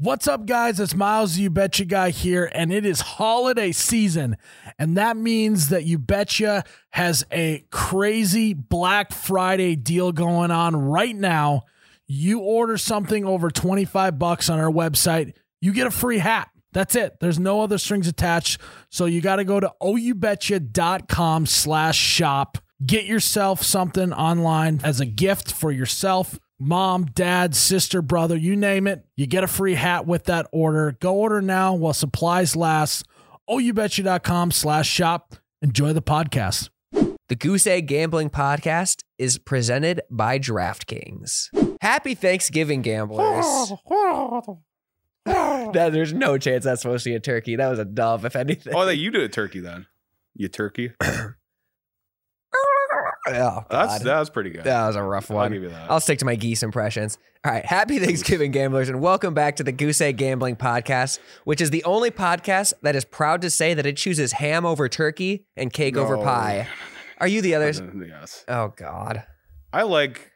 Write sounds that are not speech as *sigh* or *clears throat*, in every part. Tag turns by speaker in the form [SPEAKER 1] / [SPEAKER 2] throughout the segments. [SPEAKER 1] What's up, guys? It's Miles, the you betcha guy here, and it is holiday season. And that means that you betcha has a crazy Black Friday deal going on right now. You order something over 25 bucks on our website, you get a free hat. That's it. There's no other strings attached. So you got to go to oubetcha.com slash shop. Get yourself something online as a gift for yourself. Mom, dad, sister, brother, you name it. You get a free hat with that order. Go order now while supplies last. oubetcha.com slash shop. Enjoy the podcast.
[SPEAKER 2] The Goose Egg Gambling Podcast is presented by DraftKings. Happy Thanksgiving, *laughs*
[SPEAKER 3] *laughs*
[SPEAKER 2] gamblers. That- there's no chance that's supposed to be a turkey. That was a dove, if anything. *laughs*
[SPEAKER 3] Oh, that you did a turkey then. You turkey.
[SPEAKER 2] Oh,
[SPEAKER 3] That's
[SPEAKER 2] God.
[SPEAKER 3] that was pretty good.
[SPEAKER 2] that was a rough
[SPEAKER 3] I'll
[SPEAKER 2] one.
[SPEAKER 3] give you that.
[SPEAKER 2] I'll stick to my geese impressions. All right. Happy Thanksgiving, gamblers, and welcome back to the Goose Egg Gambling Podcast, which is the only podcast that is proud to say that it chooses ham over turkey and cake over
[SPEAKER 3] No. *laughs*
[SPEAKER 2] pie. Are you the others?
[SPEAKER 3] yes.
[SPEAKER 2] Oh, God.
[SPEAKER 3] I like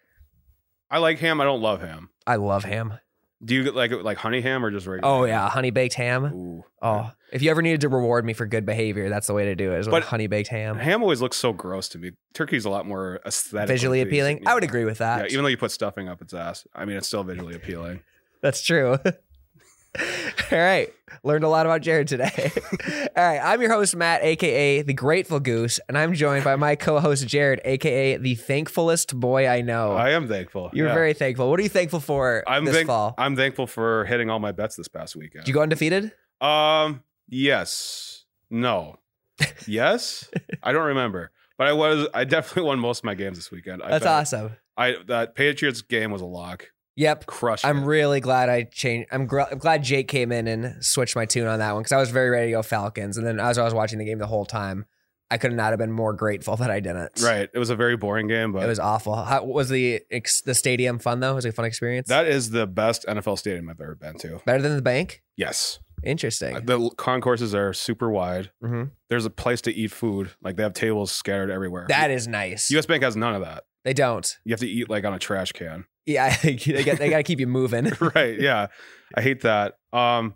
[SPEAKER 3] I like ham. I don't love ham.
[SPEAKER 2] I love ham.
[SPEAKER 3] Do you get like like honey ham or just regular?
[SPEAKER 2] Oh, yeah. Honey baked ham.
[SPEAKER 3] Ooh.
[SPEAKER 2] Oh, if you ever needed to reward me for good behavior, that's the way to do it is with
[SPEAKER 3] But-
[SPEAKER 2] honey baked ham.
[SPEAKER 3] Ham always looks so gross to me. Turkey's a lot more aesthetic.
[SPEAKER 2] Visually appealing. I would agree with
[SPEAKER 3] Yeah,
[SPEAKER 2] that.
[SPEAKER 3] even though you put stuffing up its ass. I mean it's still visually appealing.
[SPEAKER 2] that's true. *laughs* All right. Learned a lot about Jared today. *laughs* All right. I'm your host, Matt, aka the Grateful Goose, and I'm joined by my co-host Jared, aka the thankfulest boy I know.
[SPEAKER 3] I am thankful.
[SPEAKER 2] You're
[SPEAKER 3] Yeah.
[SPEAKER 2] very thankful. What are Oh. you thankful for
[SPEAKER 3] I'm
[SPEAKER 2] this
[SPEAKER 3] thank-
[SPEAKER 2] fall?
[SPEAKER 3] I'm thankful for hitting all my bets this past weekend.
[SPEAKER 2] Did you go undefeated?
[SPEAKER 3] Um. Yes.
[SPEAKER 2] *laughs*
[SPEAKER 3] No. Yes. I don't remember, but I was. I definitely won most of my games this weekend. I
[SPEAKER 2] That's
[SPEAKER 3] bet-
[SPEAKER 2] awesome.
[SPEAKER 3] I that Patriots game was a lock.
[SPEAKER 2] Yep.
[SPEAKER 3] Crushed.
[SPEAKER 2] I'm
[SPEAKER 3] it.
[SPEAKER 2] really glad I changed. I'm, gr- I'm glad Jake came in and switched my tune on that one because I was very ready to go Falcons, and then as I was watching the game the whole time, I could not have been more grateful *laughs* that I didn't.
[SPEAKER 3] right. It was a very boring game, but
[SPEAKER 2] It was awful. How was the ex- the stadium fun though? Was it a fun experience?
[SPEAKER 3] that is the best NFL stadium I've ever been to.
[SPEAKER 2] Better than the bank.
[SPEAKER 3] Yes.
[SPEAKER 2] Interesting.
[SPEAKER 3] The l- concourses are super wide.
[SPEAKER 2] Mhm.
[SPEAKER 3] There's a place to eat food. Like they have tables scattered everywhere.
[SPEAKER 2] That is nice.
[SPEAKER 3] U.S. Bank has none of that.
[SPEAKER 2] they don't.
[SPEAKER 3] You have to eat like on a
[SPEAKER 2] *laughs*
[SPEAKER 3] trash can.
[SPEAKER 2] Yeah, they got they got to keep you moving.
[SPEAKER 3] *laughs* right. Yeah. I hate that. Um.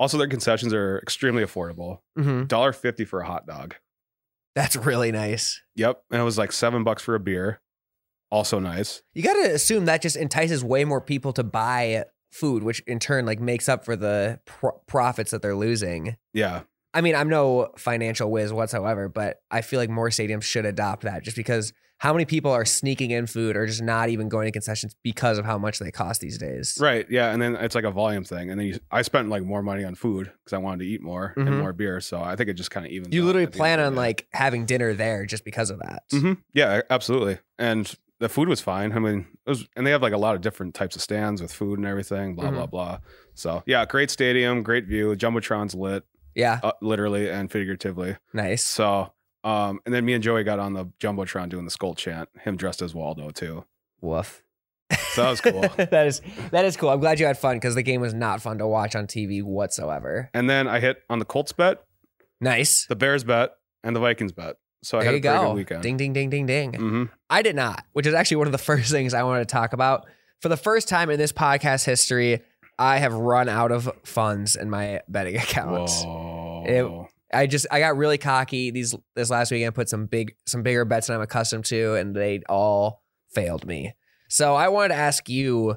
[SPEAKER 3] Also, their concessions are extremely affordable.
[SPEAKER 2] hmm
[SPEAKER 3] dollar fifty for a hot dog.
[SPEAKER 2] That's really nice.
[SPEAKER 3] Yep, and it was like seven bucks for a beer. Also nice.
[SPEAKER 2] You got to assume that just entices way more people to buy food, which in turn like makes up for the pro- profits that they're losing.
[SPEAKER 3] Yeah,
[SPEAKER 2] I mean, I'm no financial whiz whatsoever, but I feel like more stadiums should adopt that just because how many people are sneaking in food or just not even going to concessions because of how much they cost these days.
[SPEAKER 3] right. Yeah, and then it's like a volume thing, and then you, I spent like more money on food because I wanted to eat more
[SPEAKER 2] Mhm.
[SPEAKER 3] and more beer. So I think it just kind of evens.
[SPEAKER 2] You
[SPEAKER 3] out
[SPEAKER 2] literally
[SPEAKER 3] at the end
[SPEAKER 2] plan
[SPEAKER 3] of
[SPEAKER 2] on
[SPEAKER 3] the day.
[SPEAKER 2] like having dinner there just because of that.
[SPEAKER 3] Mhm. Yeah, absolutely. And the food was fine. I mean, it was, and they have like a lot of different types of stands with food and everything. Blah blah blah. So yeah, great stadium, great view. Jumbotron's lit,
[SPEAKER 2] Yeah,
[SPEAKER 3] uh, literally and figuratively.
[SPEAKER 2] nice.
[SPEAKER 3] So. Um, and then me and Joey got on the jumbotron doing the skull chant. Him dressed as Waldo too,
[SPEAKER 2] Woof.
[SPEAKER 3] so that
[SPEAKER 2] *laughs*
[SPEAKER 3] was cool.
[SPEAKER 2] that is that is cool. I'm glad you had fun because the game was not fun to watch on TV whatsoever.
[SPEAKER 3] And then I hit on the Colts bet,
[SPEAKER 2] Nice.
[SPEAKER 3] the Bears bet, and the Vikings bet. So I
[SPEAKER 2] there
[SPEAKER 3] had
[SPEAKER 2] you
[SPEAKER 3] a pretty
[SPEAKER 2] go.
[SPEAKER 3] good weekend.
[SPEAKER 2] Ding ding ding ding ding.
[SPEAKER 3] hmm
[SPEAKER 2] I did not, which is actually one of the *laughs* first things I wanted to talk about. For the first time in this podcast history, I have run out of funds in my betting *laughs* account.
[SPEAKER 3] Whoa.
[SPEAKER 2] I just I got really cocky these this last weekend, put some big some bigger bets than I'm accustomed to, and they all failed me. So I wanted to ask you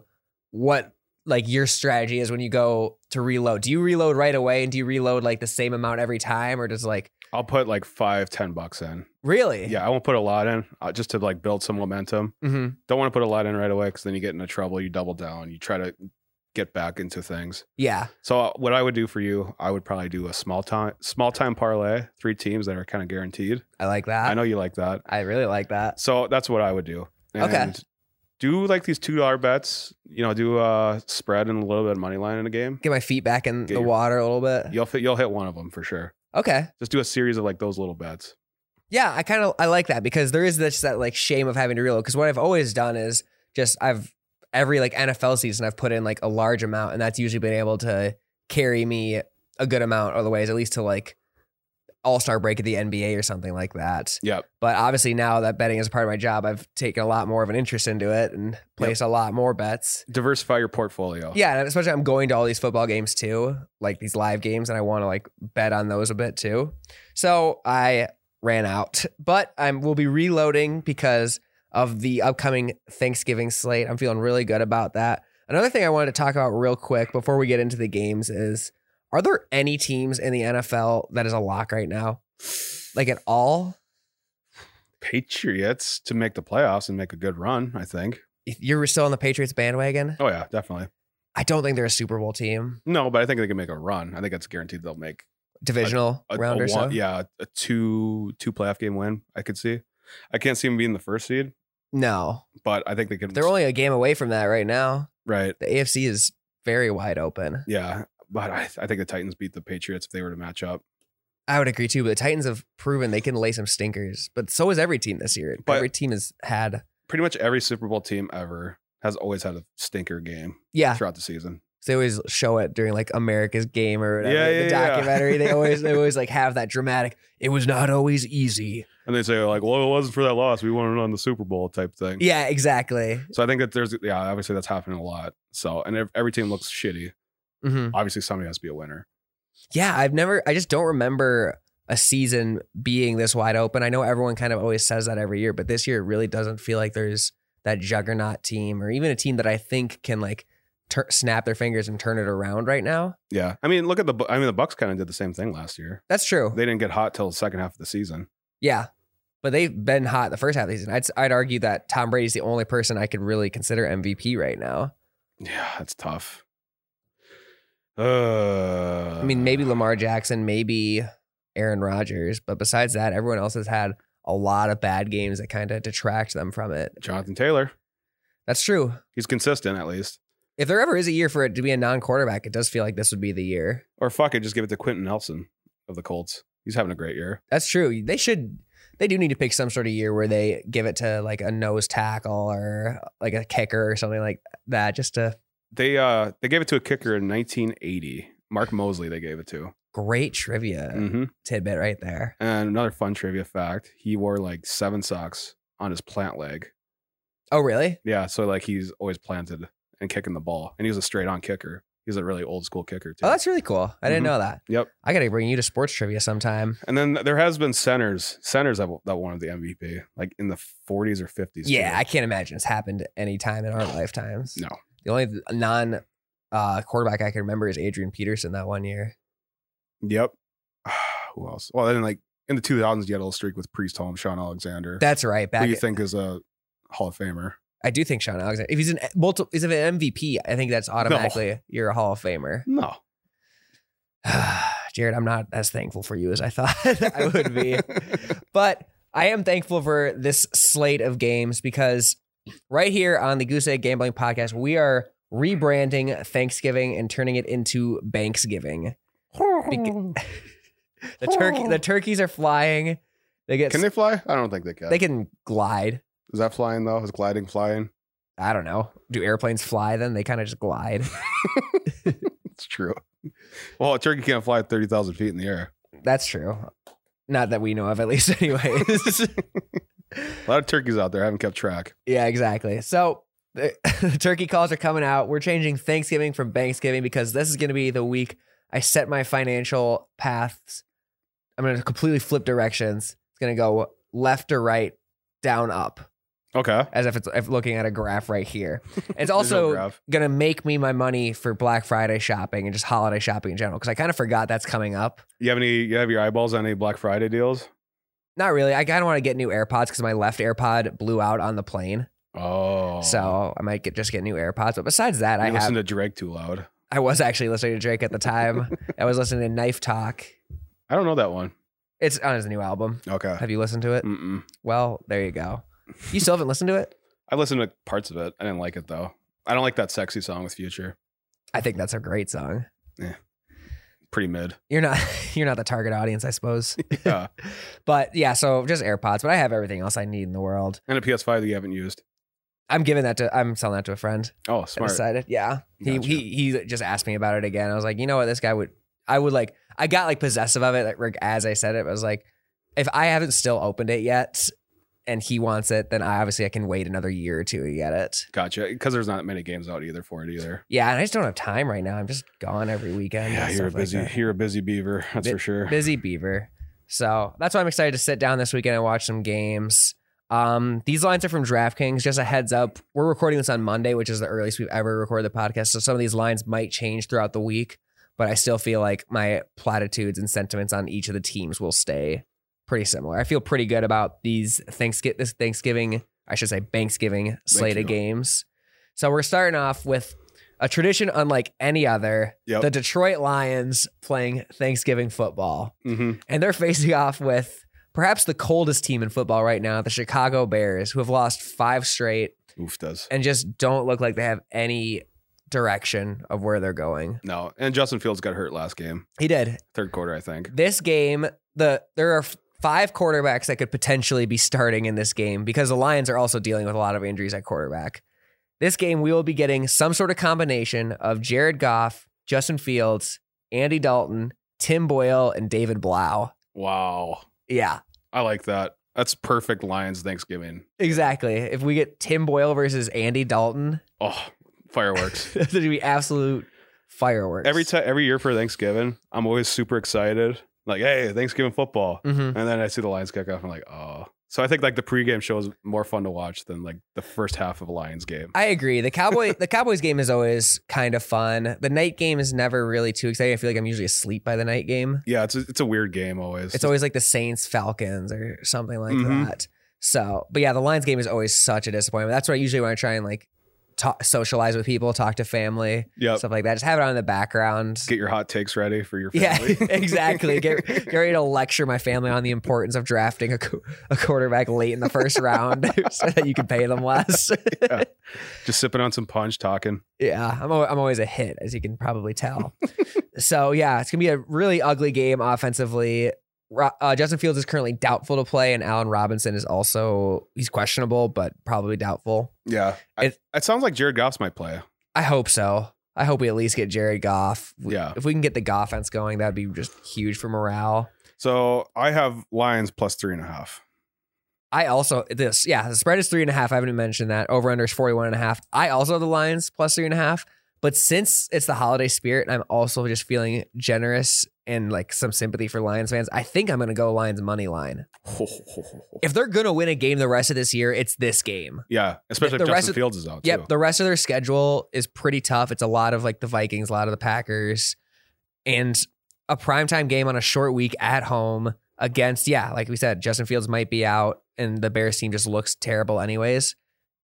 [SPEAKER 2] what like your strategy is when you go to reload. Do you reload right away and do you reload like the same amount every time, or does like
[SPEAKER 3] I'll put like five, ten bucks in.
[SPEAKER 2] really?
[SPEAKER 3] Yeah, I won't put a lot in uh, just to like build some momentum.
[SPEAKER 2] hmm
[SPEAKER 3] Don't want to put a lot in right away because then you get into trouble. You double down. You try to get back into things.
[SPEAKER 2] Yeah.
[SPEAKER 3] So uh, what I would do for you, I would probably do a small time, small time parlay, three teams that are kind of guaranteed.
[SPEAKER 2] I like that.
[SPEAKER 3] I know you like that.
[SPEAKER 2] I really like that.
[SPEAKER 3] So that's what I would do.
[SPEAKER 2] Okay.
[SPEAKER 3] Do like these two dollar bets. You know, do uh spread and a little bit of money line in a game.
[SPEAKER 2] get my feet back in
[SPEAKER 3] Get
[SPEAKER 2] the
[SPEAKER 3] your-
[SPEAKER 2] water a little bit.
[SPEAKER 3] You'll fit. You'll hit one of them for sure.
[SPEAKER 2] Okay.
[SPEAKER 3] Just do a series of like those little bets.
[SPEAKER 2] Yeah, I kind of I like that because there is this that like shame of having to reload because what I've always done is just I've every like NFL season I've put in like a large amount and that's usually been able to carry me a good amount of the ways at least to like All Star break at the NBA or something like that.
[SPEAKER 3] Yep.
[SPEAKER 2] But obviously now that betting is a part of my job, I've taken a lot more of an interest into it and placed a lot more bets.
[SPEAKER 3] Diversify your portfolio.
[SPEAKER 2] Yeah, and especially I'm going to all these football games too, like these live games, and I want to like bet on those a bit too. So I ran out, but I'm will be reloading because of the upcoming Thanksgiving slate. I'm feeling really good about that. Another thing I wanted to talk about real quick before we get into the games is: Are there any teams in the NFL that is a lock right now, like at all?
[SPEAKER 3] Patriots to make the playoffs and make a good run, I think.
[SPEAKER 2] If You're still on the Patriots bandwagon.
[SPEAKER 3] Oh yeah, definitely.
[SPEAKER 2] I don't think they're a Super Bowl team,
[SPEAKER 3] No, but I think they can make a run. I think it's guaranteed they'll make
[SPEAKER 2] divisional
[SPEAKER 3] a,
[SPEAKER 2] round
[SPEAKER 3] a
[SPEAKER 2] or so.
[SPEAKER 3] one- yeah, a two two playoff game win. I could see. I can't see them being the first seed,
[SPEAKER 2] No,
[SPEAKER 3] but I think they could.
[SPEAKER 2] They're only a game away from that right now.
[SPEAKER 3] right.
[SPEAKER 2] The AFC is very wide open.
[SPEAKER 3] Yeah, but I, I think the Titans beat the Patriots if they were to match up.
[SPEAKER 2] I would agree too, but the Titans have proven they can lay some stinkers. But so has every team this year.
[SPEAKER 3] But-
[SPEAKER 2] every team has had
[SPEAKER 3] Pretty much every Super Bowl team ever has always had a stinker game
[SPEAKER 2] yeah.
[SPEAKER 3] throughout the season.
[SPEAKER 2] They always show it during like America's Game or whatever,
[SPEAKER 3] Yeah,
[SPEAKER 2] the
[SPEAKER 3] yeah, yeah.
[SPEAKER 2] documentary. They always
[SPEAKER 3] *laughs*
[SPEAKER 2] they always like have that dramatic. It was not always easy.
[SPEAKER 3] And they say like, "Well, it wasn't for that loss. We won it on the Super Bowl type thing."
[SPEAKER 2] Yeah, exactly.
[SPEAKER 3] So I think that there's yeah, obviously that's happening a lot. So and ev- every team looks shitty.
[SPEAKER 2] hmm
[SPEAKER 3] Obviously, somebody has to be a winner.
[SPEAKER 2] Yeah, I've never. I just don't remember a season being this wide open. I know everyone kind of always says that every year, but this year it really doesn't feel like there's that juggernaut team or even a team that I think can like tur snap their fingers and turn it around right now.
[SPEAKER 3] Yeah, I mean, look at the. Bu- I mean, the Bucks kind of did the same thing last year.
[SPEAKER 2] That's true.
[SPEAKER 3] They didn't get hot till the second half of the season.
[SPEAKER 2] yeah. But they've been hot the first half of the season. I'd, I'd argue that Tom Brady's the only person I could really consider MVP right now.
[SPEAKER 3] Yeah, that's tough. Uh,
[SPEAKER 2] I mean, maybe Lamar Jackson, maybe Aaron Rodgers. But besides that, everyone else has had a lot of bad games that kind of detract them from it.
[SPEAKER 3] Jonathan Taylor.
[SPEAKER 2] That's true.
[SPEAKER 3] He's consistent at least.
[SPEAKER 2] If there ever is a year for it to be a non-quarterback, it does feel like this would be the year.
[SPEAKER 3] Or fuck it, just give it to Quentin Nelson of the Colts. He's having a great year.
[SPEAKER 2] That's true. They should. They do need to pick some sort of year where they give it to like a nose tackle or like a kicker or something like that, just to
[SPEAKER 3] They uh they gave it to a kicker in 1980. Mark Mosley they gave it to.
[SPEAKER 2] great trivia
[SPEAKER 3] hmm
[SPEAKER 2] tidbit right there.
[SPEAKER 3] And another fun trivia fact: he wore like seven socks on his plant leg.
[SPEAKER 2] Oh, really?
[SPEAKER 3] Yeah, so like he's always planted and kicking the ball, and he was a straight on kicker. He's a really old school kicker too.
[SPEAKER 2] Oh, that's really cool. I didn't
[SPEAKER 3] Mhm.
[SPEAKER 2] know that.
[SPEAKER 3] Yep.
[SPEAKER 2] I got to bring you to sports trivia sometime.
[SPEAKER 3] And then there has been centers, centers that, that wanted the MVP, like in the 40s or 50s. too.
[SPEAKER 2] Yeah, I can't imagine it's happened any time in our lifetimes.
[SPEAKER 3] No.
[SPEAKER 2] The only non uh, quarterback I can remember is Adrian Peterson that one year.
[SPEAKER 3] Yep. *sighs* Who else? Well, then like in the 2000s, you had a little streak with Priest Holmes, Sean Alexander.
[SPEAKER 2] That's right. Back
[SPEAKER 3] who you
[SPEAKER 2] at-
[SPEAKER 3] think is a Hall of Famer?
[SPEAKER 2] I do think Sean Alexander. If he's an multiple, he's an MVP. I think that's automatically you're a Hall of Famer. *sighs*
[SPEAKER 3] No.
[SPEAKER 2] Jared, I'm not as thankful for you as I thought *laughs* I would be,
[SPEAKER 3] *laughs*
[SPEAKER 2] but I am thankful for this slate of games because right here on the Goose Egg Gambling Podcast, we are rebranding Thanksgiving and turning it into Banksgiving. Bec-
[SPEAKER 3] *laughs*
[SPEAKER 2] the turkey, the turkeys are flying. They get
[SPEAKER 3] Can they fly? I don't think they can.
[SPEAKER 2] they can glide.
[SPEAKER 3] is that flying though? Is gliding flying? *laughs*
[SPEAKER 2] I don't know. Do airplanes fly? Then they kind of just glide.
[SPEAKER 3] It's true. *laughs* Well, a turkey can't fly at 30,000 feet in the air.
[SPEAKER 2] That's true. Not that we know of, at least, *laughs*
[SPEAKER 3] *laughs*
[SPEAKER 2] anyways.
[SPEAKER 3] A lot of turkeys out there. I haven't kept track.
[SPEAKER 2] yeah, exactly. So the, *laughs* the turkey calls are coming out. We're changing Thanksgiving from Thanksgiving because this is going to be the week I set my financial paths. I'm going to completely flip directions. It's going to go left to right, down up,
[SPEAKER 3] Okay.
[SPEAKER 2] as if it's if looking at a graph right
[SPEAKER 3] *laughs*
[SPEAKER 2] here. It's
[SPEAKER 3] There's no
[SPEAKER 2] also
[SPEAKER 3] graph.
[SPEAKER 2] going to make me my money for Black Friday shopping and just holiday shopping in general because I kind of forgot that's coming up.
[SPEAKER 3] you have any? You have your eyeballs on any Black Friday deals?
[SPEAKER 2] Not really. I kind of want to get new AirPods because my left AirPod blew out on the plane.
[SPEAKER 3] Oh,
[SPEAKER 2] So I might get just get new AirPods. But besides that,
[SPEAKER 3] you
[SPEAKER 2] I have
[SPEAKER 3] listen to Drake too loud.
[SPEAKER 2] I was actually listening to Drake at the time. I was listening to Knife Talk.
[SPEAKER 3] I don't know that one.
[SPEAKER 2] It's on his new album.
[SPEAKER 3] Okay.
[SPEAKER 2] Have you listened to it?
[SPEAKER 3] Mm-mm.
[SPEAKER 2] Well, there you go. You still haven't listened to it?
[SPEAKER 3] I listened to parts of it. I didn't like it though. I don't like that sexy song with Future.
[SPEAKER 2] I think that's a great song. *laughs*
[SPEAKER 3] Pretty mid.
[SPEAKER 2] You're not you're not the target audience, I
[SPEAKER 3] *laughs*
[SPEAKER 2] suppose.
[SPEAKER 3] Yeah.
[SPEAKER 2] But yeah, so just AirPods, but I have everything else I need in the world.
[SPEAKER 3] and a PS5 that you haven't used.
[SPEAKER 2] I'm giving that to I'm selling that to a friend.
[SPEAKER 3] Oh,
[SPEAKER 2] I
[SPEAKER 3] smart.
[SPEAKER 2] decided. Yeah. He,
[SPEAKER 3] Gotcha.
[SPEAKER 2] he he just asked me about it again. I was like, you know what, this guy would I would like I got like possessive of it like, like, as I said it. I was like, if I haven't still opened it yet, and he wants it, then I obviously I can wait another year or two to get it.
[SPEAKER 3] Gotcha. Because there's not many games out either for it either.
[SPEAKER 2] Yeah, and I just don't have time right now. I'm just gone every weekend.
[SPEAKER 3] Yeah,
[SPEAKER 2] and
[SPEAKER 3] you're a
[SPEAKER 2] stuff like
[SPEAKER 3] busy
[SPEAKER 2] that.
[SPEAKER 3] you're a busy beaver, that's
[SPEAKER 2] Bi-
[SPEAKER 3] for sure.
[SPEAKER 2] Busy Beaver. So that's why I'm excited to sit down this weekend and watch some games. Um, these lines are from DraftKings. Just a heads up, we're recording this on Monday, which is the earliest we've ever recorded the podcast. So some of these lines might change throughout the week, but I still feel like my platitudes and sentiments on each of the teams will stay pretty similar. I feel pretty good about these Thanksgiving, this Thanksgiving, I should say Thanksgiving slate
[SPEAKER 3] you.
[SPEAKER 2] of games. So we're starting off with a tradition unlike any other.
[SPEAKER 3] Yep.
[SPEAKER 2] The Detroit Lions playing Thanksgiving football.
[SPEAKER 3] hmm
[SPEAKER 2] And they're *laughs* facing off with perhaps the coldest team in football right now, the Chicago Bears, who have lost five straight
[SPEAKER 3] Oof does.
[SPEAKER 2] and just don't look like they have any direction of where they're going.
[SPEAKER 3] No. And Justin Fields got hurt last game,
[SPEAKER 2] He did.
[SPEAKER 3] third quarter, I think.
[SPEAKER 2] This game, the there are f- five quarterbacks that could potentially be starting in this game because the Lions are also dealing with a lot of injuries at quarterback. This game, we will be getting some sort of combination of Jared Goff, Justin Fields, Andy Dalton, Tim Boyle, and David Blau.
[SPEAKER 3] Wow.
[SPEAKER 2] Yeah.
[SPEAKER 3] I like that. That's perfect Lions Thanksgiving.
[SPEAKER 2] Exactly. If we get Tim Boyle versus Andy Dalton, *laughs*
[SPEAKER 3] Oh, *laughs* fireworks.
[SPEAKER 2] that's going to be absolute fireworks.
[SPEAKER 3] every time every year for Thanksgiving, I'm always super excited. Like, hey, Thanksgiving football.
[SPEAKER 2] Mhm.
[SPEAKER 3] And then I see the Lions kick off. I'm like, oh. So I think like the pregame show is more fun to watch than like the first half of a Lions game.
[SPEAKER 2] I agree. The Cowboy the Cowboys game is always kind of fun. The night game is never really too exciting. I feel like I'm usually asleep by the night game.
[SPEAKER 3] Yeah, it's a, it's a weird game always.
[SPEAKER 2] It's always like the Saints Falcons or something like
[SPEAKER 3] Mhm.
[SPEAKER 2] that. So, but yeah, the Lions game is always such a disappointment. That's what I usually want to try and like talk, socialize with people, talk to family,
[SPEAKER 3] yep.
[SPEAKER 2] stuff like that. Just have it on in the background.
[SPEAKER 3] Get your hot takes ready for your
[SPEAKER 2] Yeah,
[SPEAKER 3] family.
[SPEAKER 2] *laughs* exactly. Get, get ready to lecture my family on the importance of drafting a, qu- a quarterback late in the first round *laughs* so that you can pay them less.
[SPEAKER 3] Yeah. Just sipping on some punch, talking.
[SPEAKER 2] yeah, I'm, al- I'm always a hit, as you can probably tell. so, yeah, it's going to be a really ugly game offensively. Ro- Uh, Justin Fields is currently doubtful to play, and Allen Robinson is also, he's questionable, but probably doubtful.
[SPEAKER 3] Yeah. I-
[SPEAKER 2] It-
[SPEAKER 3] it sounds like Jared Goff's might play.
[SPEAKER 2] I hope so. I hope we at least get Jared Goff. We-
[SPEAKER 3] Yeah.
[SPEAKER 2] If we can get the Goff fence going, that'd be just huge for morale.
[SPEAKER 3] So I have Lions plus three and a half.
[SPEAKER 2] I also this yeah the spread is three and a half. I haven't even mentioned that over under is forty one and a half. I also have the Lions plus three and a half. But since it's the holiday spirit, and I'm also just feeling generous and like some sympathy for Lions fans. I think I'm gonna go Lions money line. If they're gonna win a game the rest of this year, it's this game.
[SPEAKER 3] Yeah, especially
[SPEAKER 2] The
[SPEAKER 3] if
[SPEAKER 2] rest
[SPEAKER 3] Justin
[SPEAKER 2] of-
[SPEAKER 3] Fields is out.
[SPEAKER 2] Yep,
[SPEAKER 3] too.
[SPEAKER 2] the rest of their schedule is pretty tough. It's a lot of like the Vikings, a lot of the Packers, and a primetime game on a short week at home against, yeah, like we said, Justin Fields might be out and the Bears team just looks terrible anyways.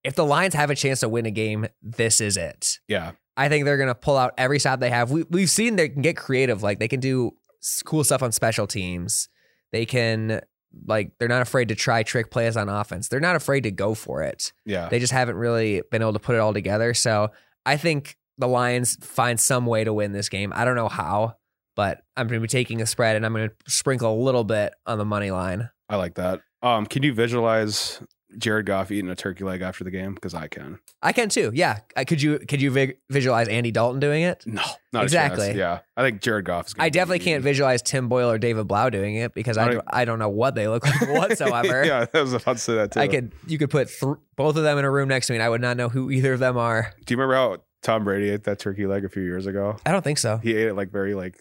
[SPEAKER 2] If the Lions have a chance to win a game, this is it.
[SPEAKER 3] Yeah,
[SPEAKER 2] I think they're going to pull out every stop they have. We, we've seen they can get creative. Like they can do s- cool stuff on special teams. They can, like, they're not afraid to try trick plays on offense. They're not afraid to go for it
[SPEAKER 3] yeah.
[SPEAKER 2] they just haven't really been able to put it all together. So I think the Lions find some way to win this game. I don't know how, but I'm going to be taking a spread and I'm going to sprinkle a little bit on the money line.
[SPEAKER 3] I like that. Um, can you visualize Jared Goff eating a turkey leg after the game? Because I can.
[SPEAKER 2] I can too. Yeah. I, could you could you vi- visualize Andy Dalton doing it?
[SPEAKER 3] No, not A
[SPEAKER 2] Exactly.
[SPEAKER 3] chance. Yeah, I think Jared Goff is. Gonna
[SPEAKER 2] I
[SPEAKER 3] be
[SPEAKER 2] definitely can't
[SPEAKER 3] eating.
[SPEAKER 2] visualize Tim Boyle or David Blau doing it because I,
[SPEAKER 3] Not
[SPEAKER 2] do, I don't know what they look
[SPEAKER 3] *laughs*
[SPEAKER 2] like *laughs* whatsoever.
[SPEAKER 3] yeah, I was about to say that too.
[SPEAKER 2] I could you could put th- both of them in a room next to me and I would not know who either of them are.
[SPEAKER 3] Do you remember how Tom Brady ate that turkey leg a few years ago?
[SPEAKER 2] I don't think so.
[SPEAKER 3] He ate it like very like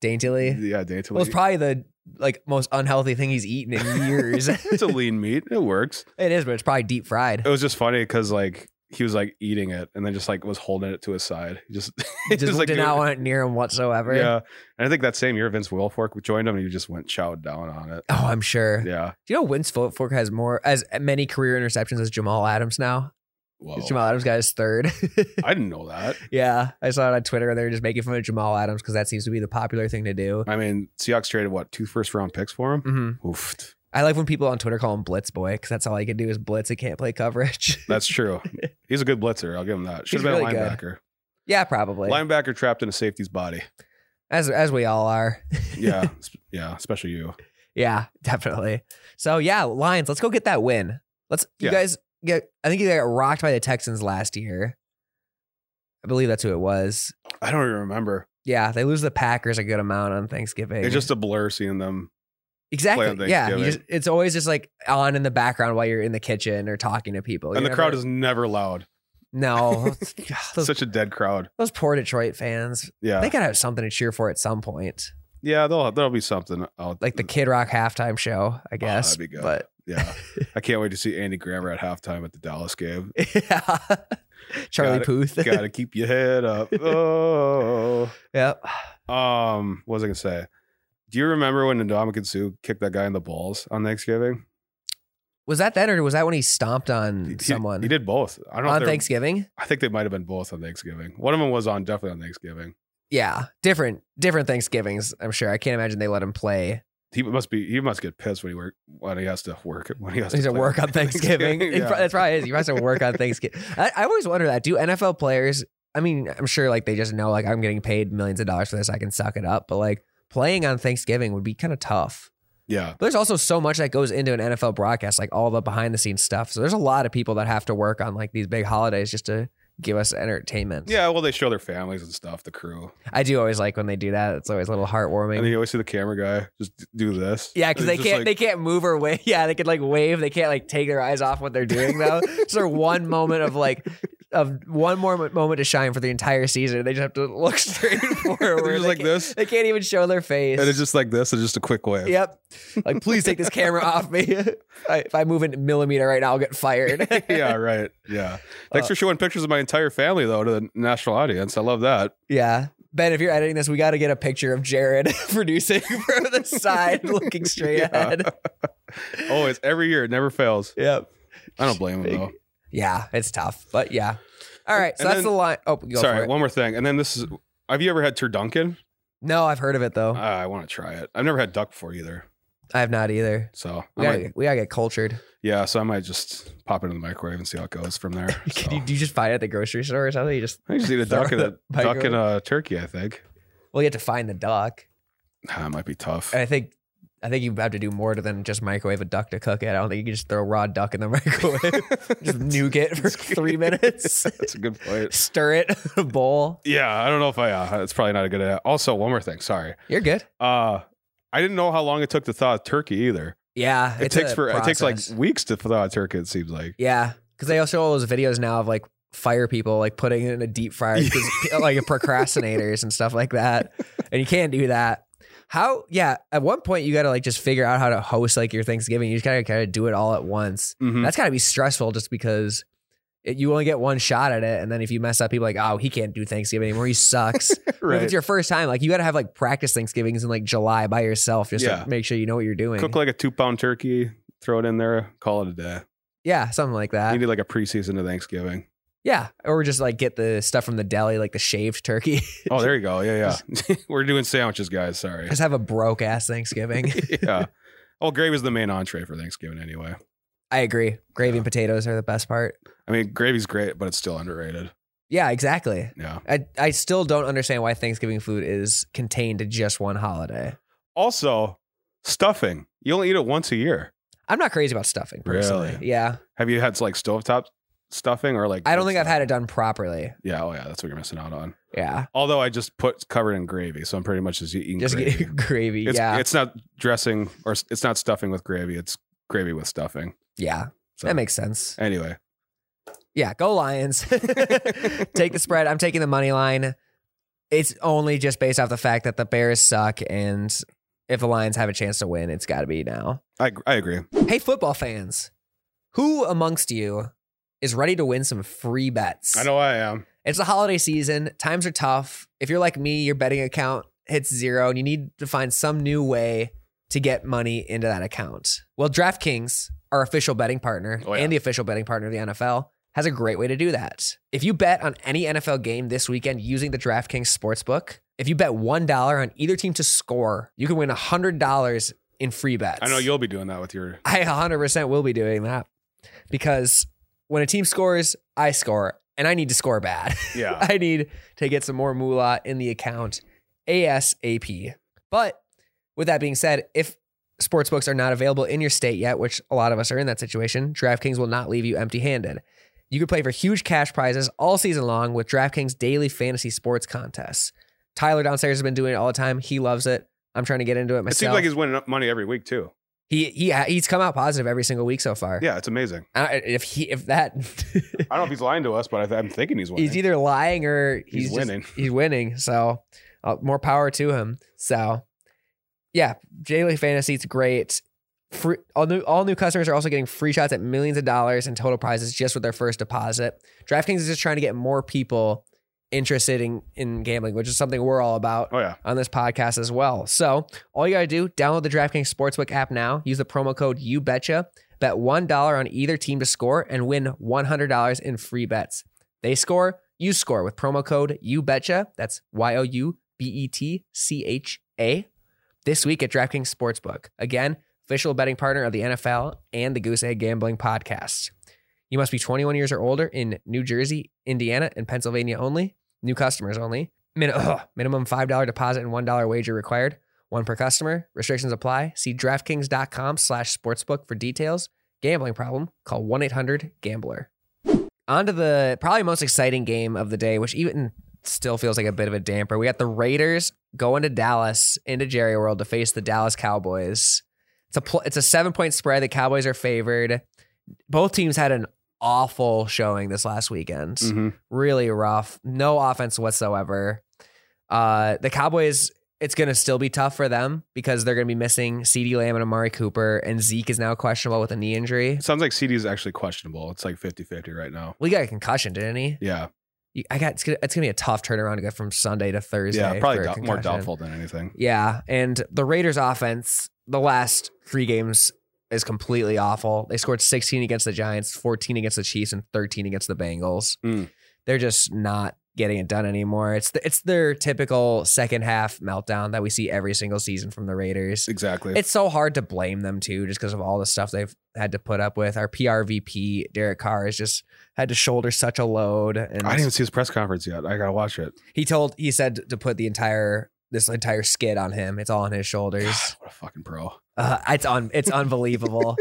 [SPEAKER 2] Daintily.
[SPEAKER 3] yeah daintily.
[SPEAKER 2] Well, it's probably the like most unhealthy thing he's eaten in
[SPEAKER 3] *laughs*
[SPEAKER 2] years.
[SPEAKER 3] *laughs* it's a lean meat. It works.
[SPEAKER 2] It is, but it's probably deep fried.
[SPEAKER 3] *laughs* It was just funny because like he was like eating it and then just like was holding it to his side. He just *laughs* he
[SPEAKER 2] Just
[SPEAKER 3] like
[SPEAKER 2] did
[SPEAKER 3] dude,
[SPEAKER 2] not want it near him whatsoever.
[SPEAKER 3] Yeah. And I think that same year Vince Wilfork joined him and he just went chowed down on
[SPEAKER 2] *laughs*
[SPEAKER 3] it.
[SPEAKER 2] Oh, I'm sure.
[SPEAKER 3] Yeah.
[SPEAKER 2] Do you know Vince Fo- Fork has more as many career interceptions as Jamal Adams now?
[SPEAKER 3] Whoa.
[SPEAKER 2] Jamal Adams got his third. *laughs*
[SPEAKER 3] *laughs* I didn't know that.
[SPEAKER 2] yeah, I saw it on Twitter. and They were just making fun of Jamal Adams because that seems to be the popular thing to do.
[SPEAKER 3] I mean, Seahawks traded what, two first round picks for him?
[SPEAKER 2] hmm
[SPEAKER 3] Oof.
[SPEAKER 2] I like when people on Twitter call him Blitz Boy because that's all he can do is blitz. He can't play coverage.
[SPEAKER 3] That's true. He's a good blitzer. I'll give him that. Should
[SPEAKER 2] He's
[SPEAKER 3] have been
[SPEAKER 2] really
[SPEAKER 3] a
[SPEAKER 2] good.
[SPEAKER 3] linebacker.
[SPEAKER 2] *laughs* yeah, probably.
[SPEAKER 3] Linebacker trapped in a safety's body.
[SPEAKER 2] as as we all are. *laughs*
[SPEAKER 3] Yeah. Sp- yeah. Especially you.
[SPEAKER 2] Yeah, *laughs* definitely. So yeah, Lions, let's go get that win. Let's you
[SPEAKER 3] Yeah.
[SPEAKER 2] guys get I think you got rocked by the Texans last year. I believe that's who it was.
[SPEAKER 3] I don't even remember.
[SPEAKER 2] Yeah, they lose the Packers a good amount on Thanksgiving.
[SPEAKER 3] It's just a blur seeing them. play
[SPEAKER 2] exactly
[SPEAKER 3] on
[SPEAKER 2] yeah. You
[SPEAKER 3] Thanksgiving.
[SPEAKER 2] just, it's always just like on in the background while you're in the kitchen or talking to people.
[SPEAKER 3] And
[SPEAKER 2] You're
[SPEAKER 3] the crowd
[SPEAKER 2] never-
[SPEAKER 3] is never loud. *laughs*
[SPEAKER 2] no those,
[SPEAKER 3] Such a dead crowd.
[SPEAKER 2] those poor Detroit fans.
[SPEAKER 3] Yeah.
[SPEAKER 2] They gotta have something to cheer for at some point,
[SPEAKER 3] yeah, there'll there'll be something out
[SPEAKER 2] like the Kid Rock halftime show, I guess.
[SPEAKER 3] Mm. Oh, that'd be good.
[SPEAKER 2] But *laughs*
[SPEAKER 3] Yeah. I can't wait to see Andy Grammer at halftime at the Dallas game.
[SPEAKER 2] yeah, Charlie
[SPEAKER 3] Got it.
[SPEAKER 2] Puth.
[SPEAKER 3] Gotta keep your head up. Oh.
[SPEAKER 2] *laughs* yep.
[SPEAKER 3] Um, what was I gonna say? Do you remember when Ndamukong Sue kicked that guy in the balls on Thanksgiving?
[SPEAKER 2] Was that then, or was that when he stomped on
[SPEAKER 3] He- he-
[SPEAKER 2] Hmm. someone
[SPEAKER 3] He, did both. I don't know if
[SPEAKER 2] on
[SPEAKER 3] they were-
[SPEAKER 2] Thanksgiving?
[SPEAKER 3] I think they might have been both on Thanksgiving. One of them was on definitely on Thanksgiving.
[SPEAKER 2] Yeah, different different Thanksgivings. I'm sure. I can't imagine they let him play.
[SPEAKER 3] He must be. He must get pissed when he work when he has to work when he has
[SPEAKER 2] He's
[SPEAKER 3] to
[SPEAKER 2] at
[SPEAKER 3] play
[SPEAKER 2] work
[SPEAKER 3] *laughs*
[SPEAKER 2] on Thanksgiving. He
[SPEAKER 3] Yeah.
[SPEAKER 2] pro- That's probably is. You must have to work on Thanksgiving. I, I always wonder that. Do NFL players? I mean, I'm sure like they just know like I'm getting paid millions of dollars for this. I can suck it up. But like playing on Thanksgiving would be kind of tough.
[SPEAKER 3] Yeah,
[SPEAKER 2] But there's also so much that goes into an NFL broadcast, like all the behind the scenes stuff. So there's a lot of people that have to work on like these big holidays just to give us entertainment.
[SPEAKER 3] yeah. Well, they show their families and stuff, the crew,
[SPEAKER 2] I do always like when they do that. It's always a little heartwarming.
[SPEAKER 3] and then you always see the camera guy just d- do this.
[SPEAKER 2] Yeah, because
[SPEAKER 3] He's
[SPEAKER 2] they
[SPEAKER 3] just
[SPEAKER 2] can't
[SPEAKER 3] like-
[SPEAKER 2] they can't move or wave. *laughs* Yeah, they can like wave. They can't like take their eyes off what they're doing though.
[SPEAKER 3] *laughs*
[SPEAKER 2] so they're one moment of like of one more mo- moment to shine for the entire season. They just have to look *laughs*
[SPEAKER 3] *laughs*
[SPEAKER 2] straight forward.
[SPEAKER 3] They're just
[SPEAKER 2] They
[SPEAKER 3] like
[SPEAKER 2] can't-
[SPEAKER 3] this,
[SPEAKER 2] They can't even show their face.
[SPEAKER 3] and it's just like this, and just a quick wave.
[SPEAKER 2] yep. Like please take this camera off me. *laughs* I- if I move in a millimeter right now, I'll get fired. *laughs*
[SPEAKER 3] *laughs* yeah, right. Yeah. Thanks
[SPEAKER 2] Uh,
[SPEAKER 3] for showing pictures of my entire family though to the national audience. I love that.
[SPEAKER 2] yeah. Ben, if you're editing this, we got to get a picture of Jared *laughs* producing from the side, looking straight
[SPEAKER 3] *laughs* Yeah.
[SPEAKER 2] ahead.
[SPEAKER 3] Always every year, it never fails.
[SPEAKER 2] Yep.
[SPEAKER 3] I don't blame him though.
[SPEAKER 2] Yeah, it's tough, but yeah. All right, so
[SPEAKER 3] And
[SPEAKER 2] that's
[SPEAKER 3] then-
[SPEAKER 2] the line. Oh, go for
[SPEAKER 3] Sorry,
[SPEAKER 2] it.
[SPEAKER 3] one more thing. And then this is have you ever had turduncan?
[SPEAKER 2] No, I've heard of it though.
[SPEAKER 3] Uh, I want to try it. I've never had duck before either.
[SPEAKER 2] I have not either.
[SPEAKER 3] So I
[SPEAKER 2] We gotta,
[SPEAKER 3] might-
[SPEAKER 2] we gotta get cultured.
[SPEAKER 3] yeah, so I might just pop it in the microwave and see how it goes from there.
[SPEAKER 2] *laughs* Can *laughs*
[SPEAKER 3] So.
[SPEAKER 2] you, do you just find it at the grocery store or something? You just
[SPEAKER 3] I just need a
[SPEAKER 2] throw
[SPEAKER 3] duck and a
[SPEAKER 2] the microwave?
[SPEAKER 3] duck and a turkey, I think.
[SPEAKER 2] well, you have to find the duck.
[SPEAKER 3] That might be tough.
[SPEAKER 2] And I think I think you have to do more than just microwave a duck to cook it. I don't think you can just throw raw duck in the *laughs* microwave.
[SPEAKER 3] *laughs*
[SPEAKER 2] just nuke it for *laughs* three minutes. *laughs*
[SPEAKER 3] That's a good point.
[SPEAKER 2] Stir it in a bowl.
[SPEAKER 3] Yeah, I don't know if I uh, it's probably not a good idea. Also, one more thing, sorry.
[SPEAKER 2] You're good.
[SPEAKER 3] Uh I didn't know how long it took to thaw a turkey either.
[SPEAKER 2] Yeah,
[SPEAKER 3] It
[SPEAKER 2] it's
[SPEAKER 3] takes
[SPEAKER 2] a
[SPEAKER 3] for it takes
[SPEAKER 2] process.
[SPEAKER 3] like weeks to thaw a turkey, it seems like.
[SPEAKER 2] yeah, because they also all those videos now of like fire people like putting it in a deep
[SPEAKER 3] *laughs*
[SPEAKER 2] fryer 'cause pe- like procrastinators and stuff like that, and you can't do that. How? Yeah, at one point you got to like just figure out how to host like your Thanksgiving. You just gotta kind of do it all at once.
[SPEAKER 3] Mhm.
[SPEAKER 2] That's gotta be stressful just because. It, you only get one shot at it, and then if you mess up, people are like, oh, he can't do Thanksgiving anymore. He sucks.
[SPEAKER 3] *laughs*
[SPEAKER 2] But If
[SPEAKER 3] Right.
[SPEAKER 2] it's your first time, like you got to have like practice Thanksgivings in like July by yourself, just
[SPEAKER 3] Yeah.
[SPEAKER 2] to make sure you know what you're doing.
[SPEAKER 3] Cook like a two pound turkey, throw it in there, call it a day.
[SPEAKER 2] yeah, something like
[SPEAKER 3] You
[SPEAKER 2] that.
[SPEAKER 3] need like a preseason to Thanksgiving.
[SPEAKER 2] Yeah, or just like get the stuff from the deli, like the shaved turkey. *laughs*
[SPEAKER 3] Oh, there you go. Yeah, yeah. *laughs* We're doing sandwiches,
[SPEAKER 2] *laughs*
[SPEAKER 3] guys. Sorry. *laughs*
[SPEAKER 2] just have a broke ass Thanksgiving.
[SPEAKER 3] yeah. Well, gravy is the main entree for Thanksgiving anyway.
[SPEAKER 2] I agree. Gravy and potatoes are the best part.
[SPEAKER 3] I mean, gravy's great, but it's still underrated.
[SPEAKER 2] Yeah, exactly.
[SPEAKER 3] Yeah.
[SPEAKER 2] I, I still don't understand why Thanksgiving food is contained to just one holiday.
[SPEAKER 3] Also, stuffing. You only eat it once a year.
[SPEAKER 2] I'm not crazy about stuffing personally.
[SPEAKER 3] Really?
[SPEAKER 2] Yeah.
[SPEAKER 3] Have you had like stovetop stuffing or like?
[SPEAKER 2] I don't think I've
[SPEAKER 3] stuff-
[SPEAKER 2] had it done properly.
[SPEAKER 3] Yeah. Oh, yeah. That's what you're missing out on.
[SPEAKER 2] Yeah.
[SPEAKER 3] Although I just put covered in gravy, so I'm pretty much just eating
[SPEAKER 2] Just
[SPEAKER 3] gravy.
[SPEAKER 2] get *laughs* gravy.
[SPEAKER 3] It's,
[SPEAKER 2] yeah.
[SPEAKER 3] It's not dressing or s- it's not stuffing with gravy. It's gravy with stuffing.
[SPEAKER 2] yeah.
[SPEAKER 3] So
[SPEAKER 2] That makes sense.
[SPEAKER 3] anyway.
[SPEAKER 2] Yeah, go Lions. *laughs* Take the spread. I'm taking the money line. It's only just based off the fact that the Bears suck, and if the Lions have a chance to win, it's got to be now.
[SPEAKER 3] I I agree.
[SPEAKER 2] Hey, football fans, who amongst you is ready to win some free bets?
[SPEAKER 3] I know I am.
[SPEAKER 2] It's the holiday season. Times are tough. If you're like me, your betting account hits zero and you need to find some new way to get money into that account. Well, DraftKings, our official betting partner
[SPEAKER 3] Oh, yeah.
[SPEAKER 2] and the official betting partner of the NFL, has a great way to do that. If you bet on any NFL game this weekend using the DraftKings Sportsbook, if you bet $1 on either team to score, you can win $100 in free bets.
[SPEAKER 3] I know you'll be doing that with your.
[SPEAKER 2] I 100% will be doing that because when a team scores, I score and I need to score bad.
[SPEAKER 3] Yeah.
[SPEAKER 2] I need to get some more moolah in the account ASAP. But with that being said, if sportsbooks are not available in your state yet, which a lot of us are in that situation, DraftKings will not leave you empty handed. You can play for huge cash prizes all season long with DraftKings daily fantasy sports contests. Tyler downstairs has been doing it all the time. He loves it. I'm trying to get into it *laughs* myself.
[SPEAKER 3] It seems like he's winning up money every week too.
[SPEAKER 2] he he he's come out positive every single week so far.
[SPEAKER 3] Yeah, it's amazing.
[SPEAKER 2] I, if he if that *laughs*
[SPEAKER 3] I don't know if *laughs* he's lying to us, but I th- I'm thinking he's winning.
[SPEAKER 2] he's either lying or
[SPEAKER 3] He's
[SPEAKER 2] he's, just-
[SPEAKER 3] winning.
[SPEAKER 2] he's winning. So uh, more power to him. So yeah, daily fantasy it's great. Free, all new all new customers are also getting free shots at millions of dollars in total prizes just with their first deposit. DraftKings is just trying to get more people interested in, in gambling, which is something we're all about
[SPEAKER 3] oh yeah,
[SPEAKER 2] on this podcast as well. So all you gotta do, download the DraftKings Sportsbook app now. Use the promo code YouBetcha. Bet one dollar on either team to score and win one hundred dollars in free bets. They score, you score with promo code YouBetcha. That's Y O U B E T C H A. This week at DraftKings Sportsbook. Again, official betting partner of the NFL and the Goose Egg Gambling Podcast. You must be 21 years or older in New Jersey, Indiana, and Pennsylvania only. New customers only. Min- ugh. minimum $5 deposit and $1 wager required. One per customer. Restrictions apply. See DraftKings.com slash sportsbook for details. Gambling problem? Call 1-800-GAMBLER. On to the probably most exciting game of the day, which even still feels like a bit of a damper. We got the Raiders going to Dallas into Jerry World to face the Dallas Cowboys. It's a pl- it's a seven point spread. The Cowboys are favored. Both teams had an awful showing this last weekend
[SPEAKER 3] Mhm.
[SPEAKER 2] really rough. No offense whatsoever. Uh, the Cowboys, it's going to still be tough for them because they're going to be missing CeeDee Lamb and Amari Cooper, and Zeke is now questionable with a knee injury.
[SPEAKER 3] It sounds like CD is actually questionable. It's like 50-50 right now.
[SPEAKER 2] We got a concussion, didn't he?
[SPEAKER 3] Yeah,
[SPEAKER 2] You- I got it's gonna, it's gonna be a tough turnaround to go from Sunday to Thursday.
[SPEAKER 3] yeah, probably
[SPEAKER 2] for a
[SPEAKER 3] dou- more
[SPEAKER 2] concussion.
[SPEAKER 3] doubtful than anything.
[SPEAKER 2] Yeah, and the Raiders' offense the last three games is completely awful. They scored 16 against the Giants, 14 against the Chiefs, and 13 against the Bengals.
[SPEAKER 3] Mm.
[SPEAKER 2] They're just not getting it done anymore. It's the, it's their typical second half meltdown that we see every single season from the Raiders.
[SPEAKER 3] Exactly.
[SPEAKER 2] It's so hard to blame them too, just because of all the stuff they've had to put up with. Our PRVP Derek Carr has just had to shoulder such a load, and
[SPEAKER 3] I didn't even see his press conference yet. I gotta watch it.
[SPEAKER 2] he told he said to put the entire this entire skid on him. It's all on his shoulders.
[SPEAKER 3] *sighs* What a fucking pro.
[SPEAKER 2] Uh, it's on. It's unbelievable.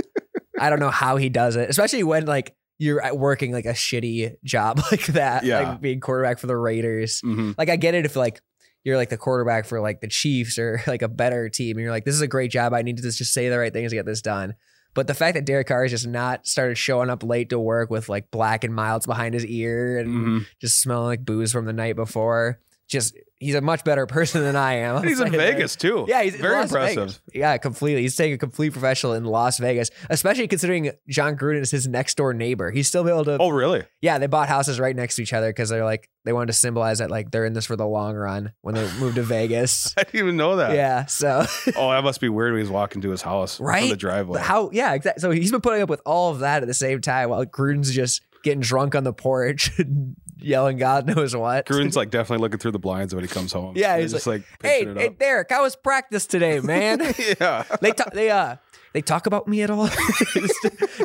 [SPEAKER 2] I don't know how he does it, especially when like you're at working like a shitty job *laughs* like that,
[SPEAKER 3] Yeah.
[SPEAKER 2] like being quarterback for the Raiders.
[SPEAKER 3] Mhm.
[SPEAKER 2] Like I get it if like you're like the quarterback for like the Chiefs or *laughs* like a better team, and you're like, this is a great job. I need to just say the right things to get this done. But the fact that Derek Carr has just not started showing up late to work with like black and milds behind his ear and
[SPEAKER 3] Mhm.
[SPEAKER 2] just smelling like booze from the night before, just he's a much better *laughs* person than I am.
[SPEAKER 3] And *laughs* he's in
[SPEAKER 2] *laughs* Like, like,
[SPEAKER 3] Vegas too.
[SPEAKER 2] yeah, he's in
[SPEAKER 3] very
[SPEAKER 2] Las
[SPEAKER 3] impressive.
[SPEAKER 2] Vegas. Yeah, completely. He's taking a complete professional in Las Vegas, especially considering John Gruden is his next door neighbor. He's still able to.
[SPEAKER 3] Oh really?
[SPEAKER 2] Yeah, they bought houses right next to each other because they're like they wanted to symbolize that like they're in this for the long run when they move to
[SPEAKER 3] *laughs*
[SPEAKER 2] Vegas.
[SPEAKER 3] *laughs* I didn't even know that.
[SPEAKER 2] yeah, so
[SPEAKER 3] Oh, that must be weird when he's walking to his house from the
[SPEAKER 2] Right?
[SPEAKER 3] driveway.
[SPEAKER 2] *laughs* how? Yeah, exactly. So he's been putting up with all of that at the same time while Gruden's just getting drunk on the porch, *laughs* and yelling God knows what.
[SPEAKER 3] Gruden's like definitely looking through the blinds when he comes home.
[SPEAKER 2] Yeah,
[SPEAKER 3] They're
[SPEAKER 2] he's
[SPEAKER 3] just like,
[SPEAKER 2] hey,
[SPEAKER 3] picturing
[SPEAKER 2] hey,
[SPEAKER 3] it
[SPEAKER 2] Derek, how was practice today,
[SPEAKER 3] *laughs*
[SPEAKER 2] man?
[SPEAKER 3] up. yeah.
[SPEAKER 2] they talk, they uh they talk about me at all. *laughs* is,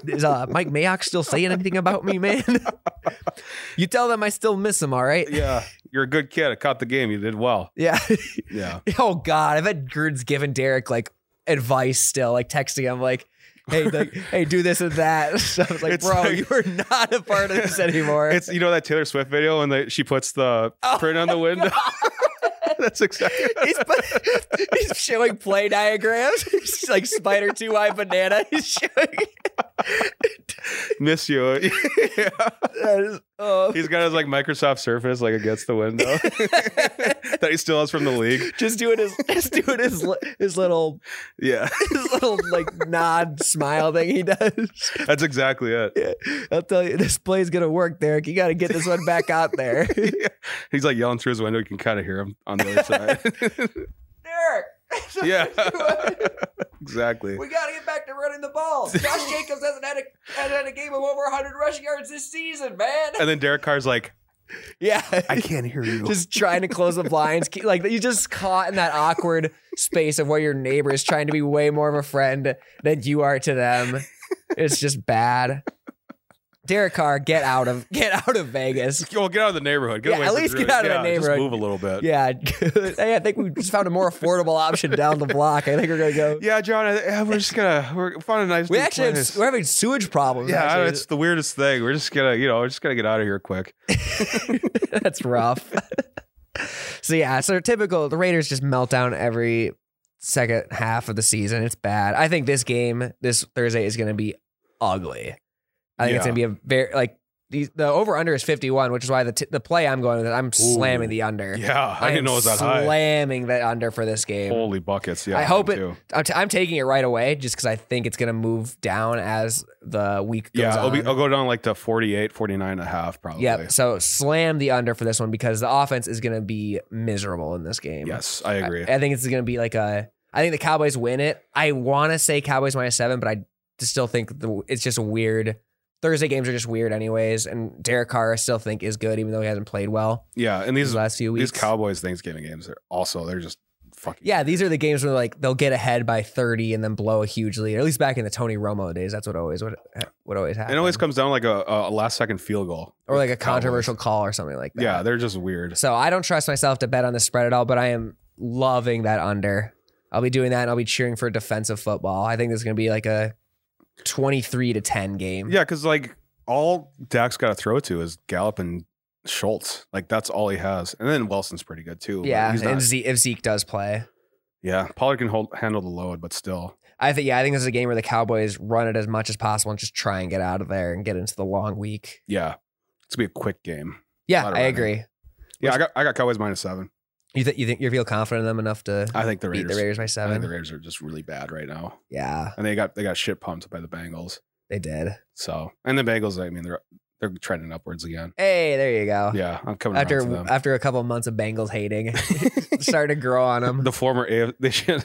[SPEAKER 2] is, uh, Mike Mayock still saying anything about me, man? *laughs* you tell them I still miss him, all right?
[SPEAKER 3] Yeah, you're a good kid. I caught the game. You did well.
[SPEAKER 2] Yeah.
[SPEAKER 3] *laughs* Yeah.
[SPEAKER 2] *laughs* oh God, I bet Gruden's giving Derek like advice still, like texting him like. Hey, like, hey, do this and that. *laughs* So I was like,
[SPEAKER 3] It's
[SPEAKER 2] bro,
[SPEAKER 3] like-
[SPEAKER 2] you are not a part of *laughs* this
[SPEAKER 3] *laughs*
[SPEAKER 2] anymore.
[SPEAKER 3] It's you know that Taylor Swift video when they, she puts the
[SPEAKER 2] Oh
[SPEAKER 3] print on the window. *laughs* That's exactly.
[SPEAKER 2] he's, put- he's showing play diagrams. *laughs* He's like spider two eye banana. *laughs* He's showing.
[SPEAKER 3] *laughs* Miss you. *laughs* Yeah.
[SPEAKER 2] That is, oh.
[SPEAKER 3] He's got his like Microsoft Surface like against the window *laughs* that he still has from the league.
[SPEAKER 2] just doing his *laughs* just doing his li- his little
[SPEAKER 3] Yeah, *laughs*
[SPEAKER 2] *laughs* his little like nod smile thing he does.
[SPEAKER 3] that's exactly it.
[SPEAKER 2] I'll tell you, this play's gonna work, Derek. You got to get this one back out there,
[SPEAKER 3] He's like yelling through his window. You can kind of hear him on the other side.
[SPEAKER 2] *laughs* Derek.
[SPEAKER 3] *laughs* yeah, *laughs* exactly.
[SPEAKER 2] We got to get back to running the ball. Josh Jacobs hasn't had a hasn't had a game of over 100 rushing yards this season, man.
[SPEAKER 3] And then Derek Carr's like,
[SPEAKER 2] Yeah,
[SPEAKER 3] I can't hear you.
[SPEAKER 2] just trying to close the blinds. Keep- Like you just caught in that awkward space of where your neighbor is trying to be way more of a friend than you are to them. It's just bad. Derek Carr, get out of get out of Vegas.
[SPEAKER 3] well, get out of the neighborhood. Get
[SPEAKER 2] Yeah,
[SPEAKER 3] away
[SPEAKER 2] at
[SPEAKER 3] from
[SPEAKER 2] least
[SPEAKER 3] the-
[SPEAKER 2] get out of
[SPEAKER 3] yeah,
[SPEAKER 2] the neighborhood.
[SPEAKER 3] Just move a little bit.
[SPEAKER 2] Yeah, *laughs* hey, I think we just found a more affordable option down the block. I think we're gonna go.
[SPEAKER 3] *laughs* Yeah, John, I, yeah, we're just gonna we're find a nice.
[SPEAKER 2] We
[SPEAKER 3] new
[SPEAKER 2] actually have,
[SPEAKER 3] place.
[SPEAKER 2] we're having sewage problems.
[SPEAKER 3] yeah, I-
[SPEAKER 2] actually.
[SPEAKER 3] it's
[SPEAKER 2] *laughs*
[SPEAKER 3] the weirdest thing. We're just gonna you know we're just gonna get out of here quick.
[SPEAKER 2] that's rough. So yeah, so typical. The Raiders just melt down every second half of the season. It's bad. I think this game this Thursday is going to be ugly. I think it's going
[SPEAKER 3] Yeah.
[SPEAKER 2] to be a very like the, the over under is 51, which is why the t- the play I'm going with I'm slamming the under.
[SPEAKER 3] Yeah, I, didn't
[SPEAKER 2] am
[SPEAKER 3] know it was that high.
[SPEAKER 2] slamming that under for this game.
[SPEAKER 3] Holy buckets! Yeah,
[SPEAKER 2] I hope
[SPEAKER 3] me
[SPEAKER 2] it-
[SPEAKER 3] too.
[SPEAKER 2] I'm, t- I'm taking it right away just because I think it's going to move down as the week goes
[SPEAKER 3] Yeah,
[SPEAKER 2] on.
[SPEAKER 3] I'll, be, I'll go down like to 48, 49 and a half probably.
[SPEAKER 2] Yep. So slam the under for this one because the offense is going to be miserable in this game.
[SPEAKER 3] Yes, I agree.
[SPEAKER 2] I, I think it's going to be like a. I think the Cowboys win it. I want to say Cowboys minus seven, but I just still think the, it's just a weird. Thursday games are just weird, anyways. And Derek Carr, I still think is good, even though he hasn't played well
[SPEAKER 3] yeah, and
[SPEAKER 2] these
[SPEAKER 3] these
[SPEAKER 2] last few weeks.
[SPEAKER 3] these Cowboys Thanksgiving games are also they're just fucking
[SPEAKER 2] yeah, these are the games where like they'll get ahead by thirty and then blow a huge lead. At least back in the Tony Romo days, that's what always what eh, what always happened.
[SPEAKER 3] It always comes down like a, a last second field goal
[SPEAKER 2] or like a
[SPEAKER 3] with Cowboys.
[SPEAKER 2] controversial call or something like that.
[SPEAKER 3] Yeah, they're just weird.
[SPEAKER 2] So I don't trust myself to bet on the spread at all, but I am loving that under. I'll be doing that and I'll be cheering for defensive football. I think this is going to be like a 23 to 10 game.
[SPEAKER 3] Yeah, because like all Dak's got to throw to is Gallup and Schultz. Like that's all he has, and then Wilson's pretty good too. but
[SPEAKER 2] Yeah.
[SPEAKER 3] he's
[SPEAKER 2] And
[SPEAKER 3] not,
[SPEAKER 2] Ze- if Zeke does play,
[SPEAKER 3] yeah. Pollard can hold, handle the load, but still,
[SPEAKER 2] I think, yeah, I think this is a game where the Cowboys run it as much as possible and just try and get out of there and get into the long week.
[SPEAKER 3] yeah, it's gonna be a quick game.
[SPEAKER 2] Yeah,
[SPEAKER 3] Lot of
[SPEAKER 2] I
[SPEAKER 3] running.
[SPEAKER 2] agree.
[SPEAKER 3] Yeah, I got I got Cowboys minus seven.
[SPEAKER 2] You, th- you think you feel confident in them enough to
[SPEAKER 3] I think the
[SPEAKER 2] beat
[SPEAKER 3] Raiders.
[SPEAKER 2] the Raiders by
[SPEAKER 3] I think the
[SPEAKER 2] seven?
[SPEAKER 3] Raiders are just really bad right now,
[SPEAKER 2] Yeah,
[SPEAKER 3] and they got they got shit pumped by the Bengals.
[SPEAKER 2] they did.
[SPEAKER 3] So and the Bengals, I mean, they're they're trending upwards again.
[SPEAKER 2] Hey, there you go.
[SPEAKER 3] Yeah, I'm coming after to
[SPEAKER 2] Uh, After
[SPEAKER 3] them.
[SPEAKER 2] after a couple of months of Bengals hating, *laughs*
[SPEAKER 3] *laughs*
[SPEAKER 2] starting to grow on them.
[SPEAKER 3] the former AF, *laughs* they should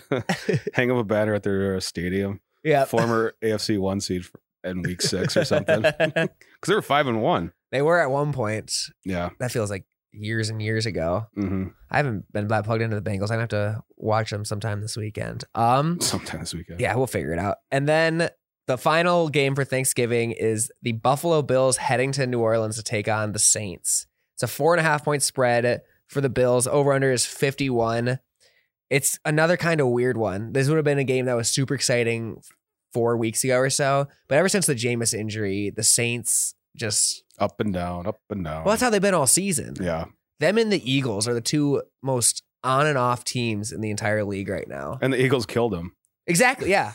[SPEAKER 3] hang up a banner at their uh, stadium.
[SPEAKER 2] *laughs* Yeah,
[SPEAKER 3] Former AFC one seed for- in week six or
[SPEAKER 2] *laughs*
[SPEAKER 3] something because they were five and one.
[SPEAKER 2] They were at one point.
[SPEAKER 3] Yeah,
[SPEAKER 2] That feels like years and years ago.
[SPEAKER 3] hmm
[SPEAKER 2] I haven't been that plugged into the Bengals. I'm gonna have to watch them sometime this weekend. Um,
[SPEAKER 3] sometime this weekend.
[SPEAKER 2] yeah, we'll figure it out. And then the final game for Thanksgiving is the Buffalo Bills heading to New Orleans to take on the Saints. It's a four and a half point spread for the Bills. Over under is 51. It's another kind of weird one. This would have been a game that was super exciting four weeks ago or so. But ever since the Jameis injury, the Saints just,
[SPEAKER 3] up and down, up and down.
[SPEAKER 2] well, that's how they've been all season
[SPEAKER 3] yeah,
[SPEAKER 2] them and the Eagles are the two most on and off teams in the entire league right now.
[SPEAKER 3] and the Eagles killed them.
[SPEAKER 2] Exactly.
[SPEAKER 3] *laughs*
[SPEAKER 2] Yeah.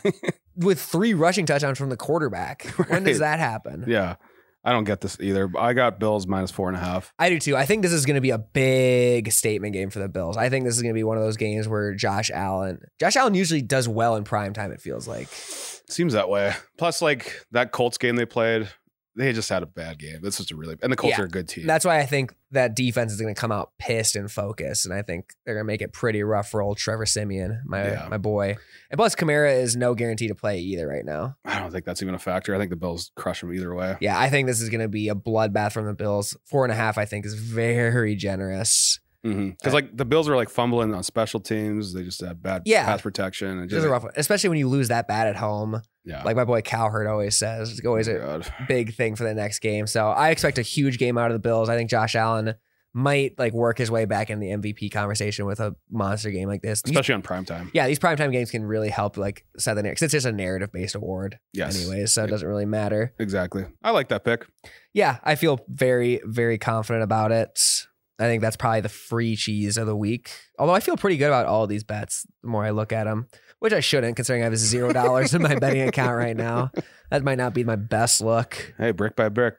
[SPEAKER 2] With three rushing touchdowns from the quarterback. When does
[SPEAKER 3] Right.
[SPEAKER 2] that happen?
[SPEAKER 3] Yeah, I don't get this either. but I got Bills minus four and a half.
[SPEAKER 2] I do too. I think this is going to be a big statement game for the Bills. I think this is going to be one of those games where Josh Allen, Josh Allen usually does well in prime time. It feels like.
[SPEAKER 3] Seems that way. Plus, like that Colts game they played, they just had a bad game. This is a really and the Colts
[SPEAKER 2] Yeah.
[SPEAKER 3] are a good team.
[SPEAKER 2] That's why I think that defense is going to come out pissed and focused, and I think they're going to make it pretty rough for old Trevor Simeon, my
[SPEAKER 3] Yeah.
[SPEAKER 2] my boy. And plus, Kamara is no guarantee to play either right now.
[SPEAKER 3] I don't think that's even a factor. I think the Bills crush them either way.
[SPEAKER 2] Yeah, I think this is going to be a bloodbath from the Bills. Four and a half, I think, is very generous.
[SPEAKER 3] Because Mm-hmm. like the Bills were like fumbling on special teams. They just had bad
[SPEAKER 2] Yeah.
[SPEAKER 3] pass protection. And
[SPEAKER 2] It's just a rough one, especially when you lose that bad at home.
[SPEAKER 3] Yeah. Oh
[SPEAKER 2] Like my boy Cowherd always says, it's always a
[SPEAKER 3] God.
[SPEAKER 2] big thing for the next game. So I expect a huge game out of the Bills. I think Josh Allen might like work his way back in the MVP conversation with a monster game like this. These-
[SPEAKER 3] *laughs* especially on prime time.
[SPEAKER 2] yeah, these primetime games can really help like set the narrative. 'cause It's just a narrative based award,
[SPEAKER 3] Yes.
[SPEAKER 2] anyways, so it doesn't really matter.
[SPEAKER 3] Exactly. I like that pick.
[SPEAKER 2] yeah, I feel very, very confident about it. I think that's probably the free cheese of the week. Although I feel pretty good about all these bets the more I look at them, which I shouldn't, considering I have zero dollars in my betting account right now. That might not be my best look.
[SPEAKER 3] Hey, brick by brick,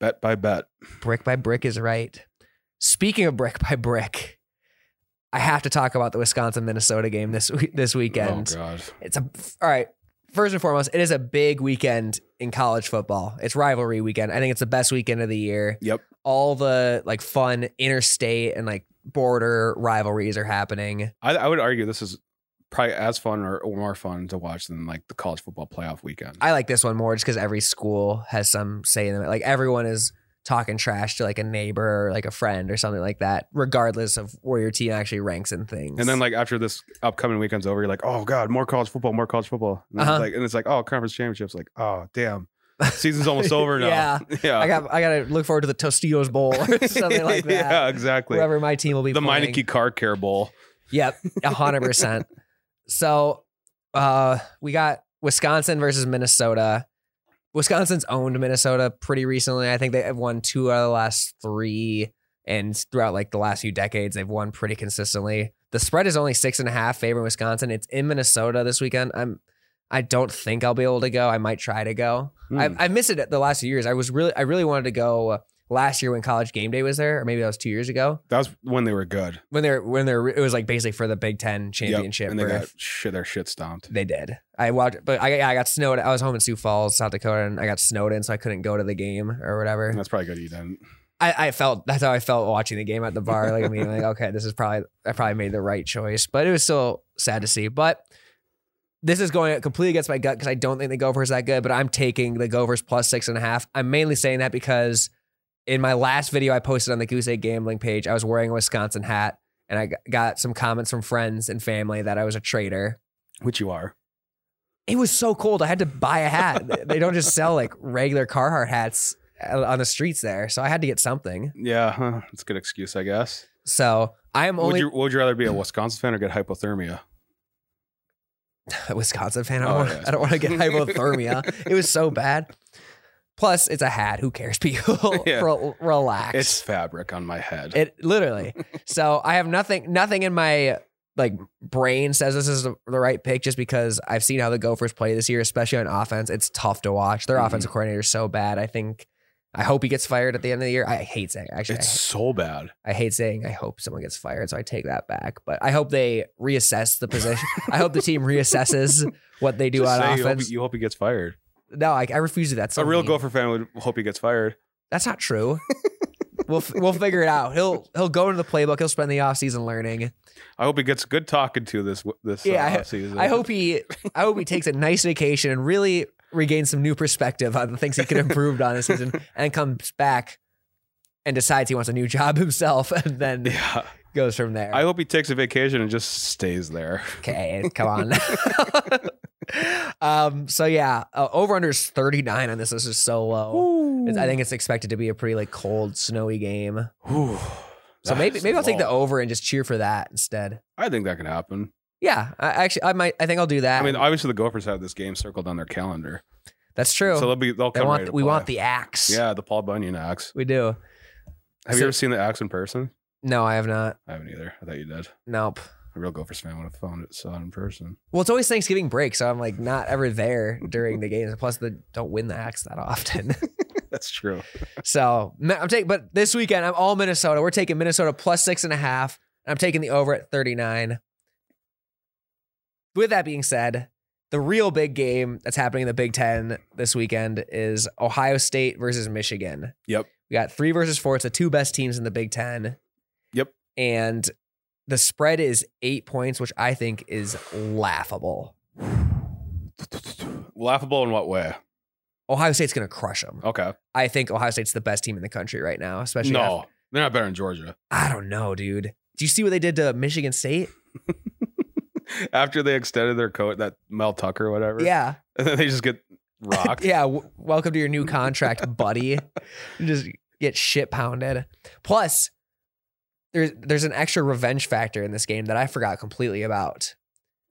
[SPEAKER 3] bet by bet.
[SPEAKER 2] Brick by brick is right. Speaking of brick by brick, I have to talk about the Wisconsin Minnesota game this week this weekend.
[SPEAKER 3] Oh God.
[SPEAKER 2] It's a all right. First and foremost, it is a big weekend in college football. It's rivalry weekend. I think it's the best weekend of the year.
[SPEAKER 3] Yep.
[SPEAKER 2] All the like fun interstate and like border rivalries are happening.
[SPEAKER 3] I, I would argue this is probably as fun or, or more fun to watch than like the college football playoff weekend.
[SPEAKER 2] I like this one more just because every school has some say in it. Like everyone is talking trash to like a neighbor or like a friend or something like that, regardless of where your team actually ranks in things.
[SPEAKER 3] and then like after this upcoming weekend's over, you're like, oh God, more college football, more college football. And, then
[SPEAKER 2] Uh-huh.
[SPEAKER 3] it's like, and it's like, oh, conference championships. Like, oh damn,
[SPEAKER 2] *laughs*
[SPEAKER 3] season's almost over now.
[SPEAKER 2] Yeah.
[SPEAKER 3] *laughs* yeah.
[SPEAKER 2] I got *laughs* I gotta look forward to the Tostillos Bowl *laughs* or something like that.
[SPEAKER 3] *laughs* yeah, exactly.
[SPEAKER 2] Whoever my team will be
[SPEAKER 3] the
[SPEAKER 2] playing.
[SPEAKER 3] Meineke Car Care Bowl.
[SPEAKER 2] Yep, a hundred percent. So uh we got Wisconsin versus Minnesota. Wisconsin's owned Minnesota pretty recently. I think they have won two out of the last three. And throughout like the last few decades, they've won pretty consistently. The spread is only six and a half favoring Wisconsin. It's in Minnesota this weekend. I'm I don't think I'll be able to go. I might try to go.
[SPEAKER 3] Hmm.
[SPEAKER 2] I've, I've missed it the last few years. I was really I really wanted to go uh, last year when College Game Day was there, or maybe that was two years ago
[SPEAKER 3] that was when they were good.
[SPEAKER 2] when they're when they're it was like basically for the Big Ten
[SPEAKER 3] Yep.
[SPEAKER 2] championship.
[SPEAKER 3] and they
[SPEAKER 2] or
[SPEAKER 3] got
[SPEAKER 2] if-
[SPEAKER 3] shit, their shit stomped.
[SPEAKER 2] they did. I watched, but I I got snowed. I was home in Sioux Falls, South Dakota, and I got snowed in, so I couldn't go to the game or whatever.
[SPEAKER 3] That's probably good you didn't.
[SPEAKER 2] I, I felt that's how I felt watching the game at the bar. Like I mean, like okay, this is probably I probably made the right choice, but it was still sad to see. But this is going completely against my gut because I don't think the Gophers are that good. But I'm taking the Gophers plus six and a half. I'm mainly saying that because in my last video I posted on the Goose Egg Gambling page, I was wearing a Wisconsin hat, and I g- got some comments from friends and family that I was a traitor.
[SPEAKER 3] Which you are.
[SPEAKER 2] It was so cold. I had to buy a hat. they don't just sell like regular Carhartt hats uh, on the streets there, so I had to get something.
[SPEAKER 3] Yeah, huh. It's a good excuse, I guess.
[SPEAKER 2] So I am only
[SPEAKER 3] would you would you rather be a Wisconsin fan or get hypothermia?
[SPEAKER 2] *laughs* a Wisconsin fan. I
[SPEAKER 3] Oh,
[SPEAKER 2] don't,
[SPEAKER 3] yeah,
[SPEAKER 2] want, I don't want to
[SPEAKER 3] *laughs*
[SPEAKER 2] get hypothermia. it was so bad. Plus, it's a hat. Who cares, *laughs* people?
[SPEAKER 3] *laughs* Yeah.
[SPEAKER 2] Rel- relax.
[SPEAKER 3] It's fabric on my head.
[SPEAKER 2] it literally. so I have nothing. Nothing in my like brain says this is the right pick just because I've seen how the Gophers play this year, especially on offense. It's tough to watch. Their
[SPEAKER 3] Mhm.
[SPEAKER 2] offensive coordinator is so bad. I think. I hope he gets fired at the end of the year. I hate saying actually. I
[SPEAKER 3] it's so bad.
[SPEAKER 2] I hate saying I hope someone gets fired, so I take that back. But I hope they reassess the position. *laughs* I hope the team reassesses *laughs* what they do
[SPEAKER 3] Just say
[SPEAKER 2] on
[SPEAKER 3] you hope-
[SPEAKER 2] offense.
[SPEAKER 3] You hope, he gets fired.
[SPEAKER 2] no, I, I refuse to. do that. That's so
[SPEAKER 3] a real
[SPEAKER 2] mean.
[SPEAKER 3] Gopher fan would hope he gets fired.
[SPEAKER 2] That's not
[SPEAKER 3] *laughs*
[SPEAKER 2] true. we'll f- we'll figure it out. He'll he'll go into the playbook. He'll spend the offseason learning.
[SPEAKER 3] I hope he gets good talking to this this
[SPEAKER 2] Yeah,
[SPEAKER 3] uh, season.
[SPEAKER 2] I hope he I hope he takes a nice vacation and really regains some new perspective on the things he could improve on this season, and comes back and decides he wants a new job *laughs* himself, and then
[SPEAKER 3] *laughs* Yeah,
[SPEAKER 2] goes from there.
[SPEAKER 3] I hope he takes a vacation and just stays there.
[SPEAKER 2] Okay, come on. *laughs* um. So yeah, uh, over under is thirty nine on this. This is so low. Oh, It's- I think it's expected to be a pretty like cold, snowy game.
[SPEAKER 3] Whew.
[SPEAKER 2] So maybe
[SPEAKER 3] That's
[SPEAKER 2] maybe I'll take the
[SPEAKER 3] long.
[SPEAKER 2] over and just cheer for that instead.
[SPEAKER 3] I think that can happen.
[SPEAKER 2] Yeah, I, actually, I might. I think I'll do that.
[SPEAKER 3] I mean, obviously the Gophers have this game circled on their calendar,
[SPEAKER 2] that's true.
[SPEAKER 3] so they'll be they'll
[SPEAKER 2] They
[SPEAKER 3] come.
[SPEAKER 2] want
[SPEAKER 3] ready to
[SPEAKER 2] we
[SPEAKER 3] play.
[SPEAKER 2] want the axe.
[SPEAKER 3] yeah the Paul Bunyan axe.
[SPEAKER 2] we do.
[SPEAKER 3] Have
[SPEAKER 2] So-
[SPEAKER 3] you ever seen the axe in person?
[SPEAKER 2] No, I have not.
[SPEAKER 3] I haven't either. I thought you did.
[SPEAKER 2] Nope.
[SPEAKER 3] A real Gophers fan would have found it saw it
[SPEAKER 2] *laughs*
[SPEAKER 3] in person.
[SPEAKER 2] Well, it's always Thanksgiving break, so I'm like not ever there during the games. Plus, they don't win the axe that often.
[SPEAKER 3] That's true.
[SPEAKER 2] So ma- I'm taking, but this weekend I'm all Minnesota. We're taking Minnesota plus six and a half. I'm taking the over at 39. With that being said, the real big game that's happening in the Big Ten this weekend is Ohio State versus Michigan.
[SPEAKER 3] Yep.
[SPEAKER 2] We got three versus four. It's the two best teams in the Big Ten.
[SPEAKER 3] Yep.
[SPEAKER 2] And the spread is eight points, which I think is laughable.
[SPEAKER 3] *laughs* Laughable in what way?
[SPEAKER 2] Ohio State's going to crush them.
[SPEAKER 3] Okay.
[SPEAKER 2] I think Ohio State's the best team in the country right now, especially after-
[SPEAKER 3] Oh. No, they're not better than Georgia. *laughs*
[SPEAKER 2] I don't know, dude. Do you see what they did to Michigan State?
[SPEAKER 3] After they extended their coat, that Mel Tucker, or whatever.
[SPEAKER 2] Yeah.
[SPEAKER 3] And then *laughs* they just get
[SPEAKER 2] *laughs*
[SPEAKER 3] rocked.
[SPEAKER 2] Yeah. W- welcome to your new
[SPEAKER 3] *laughs*
[SPEAKER 2] contract, buddy. You just get shit pounded. Plus, there's there's an extra revenge factor in this game that I forgot completely about.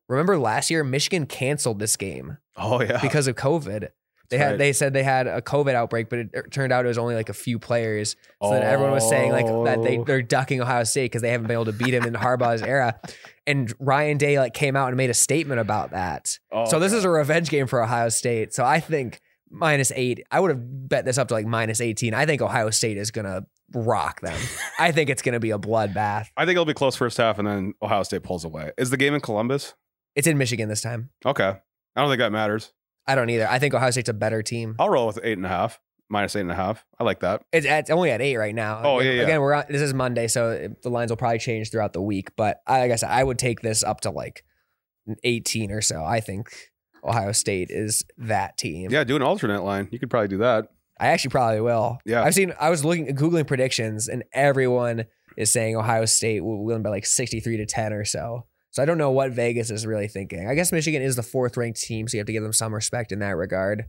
[SPEAKER 2] Remember last year, Michigan canceled this game
[SPEAKER 3] Oh yeah.
[SPEAKER 2] because of COVID. They had
[SPEAKER 3] right.
[SPEAKER 2] they said they had a COVID outbreak, but it turned out it was only like a few players. So then everyone was saying like that they
[SPEAKER 3] Oh.
[SPEAKER 2] they're ducking Ohio State because they haven't been able to beat him in Harbaugh's era. And Ryan Day like came out and made a statement about that.
[SPEAKER 3] Oh,
[SPEAKER 2] so this
[SPEAKER 3] okay.
[SPEAKER 2] is a revenge game for Ohio State. So I think minus eight. I would have bet this up to like minus eighteen. I think Ohio State is gonna rock them. I think it's gonna be a bloodbath.
[SPEAKER 3] I think it'll be close first half, and then Ohio State pulls away. Is the game in Columbus?
[SPEAKER 2] It's in Michigan this time.
[SPEAKER 3] Okay. I don't think that matters.
[SPEAKER 2] I don't either. I think Ohio State's a better team.
[SPEAKER 3] I'll roll with eight and a half, minus eight and a half. I like that.
[SPEAKER 2] It's, it's only at eight right now.
[SPEAKER 3] Oh,
[SPEAKER 2] Again-
[SPEAKER 3] yeah, yeah.
[SPEAKER 2] Again, we're on, this is Monday, so it- the lines will probably change throughout the week. But I, like I said, I would take this up to like eighteen or so. I think Ohio State is that team.
[SPEAKER 3] Yeah, do an alternate line. You could probably do that.
[SPEAKER 2] I actually probably will.
[SPEAKER 3] Yeah.
[SPEAKER 2] I've seen. I was looking googling predictions, and everyone is saying Ohio State will win by like sixty-three to ten or so. So I don't know what Vegas is really thinking. I guess Michigan is the fourth-ranked team, so you have to give them some respect in that regard.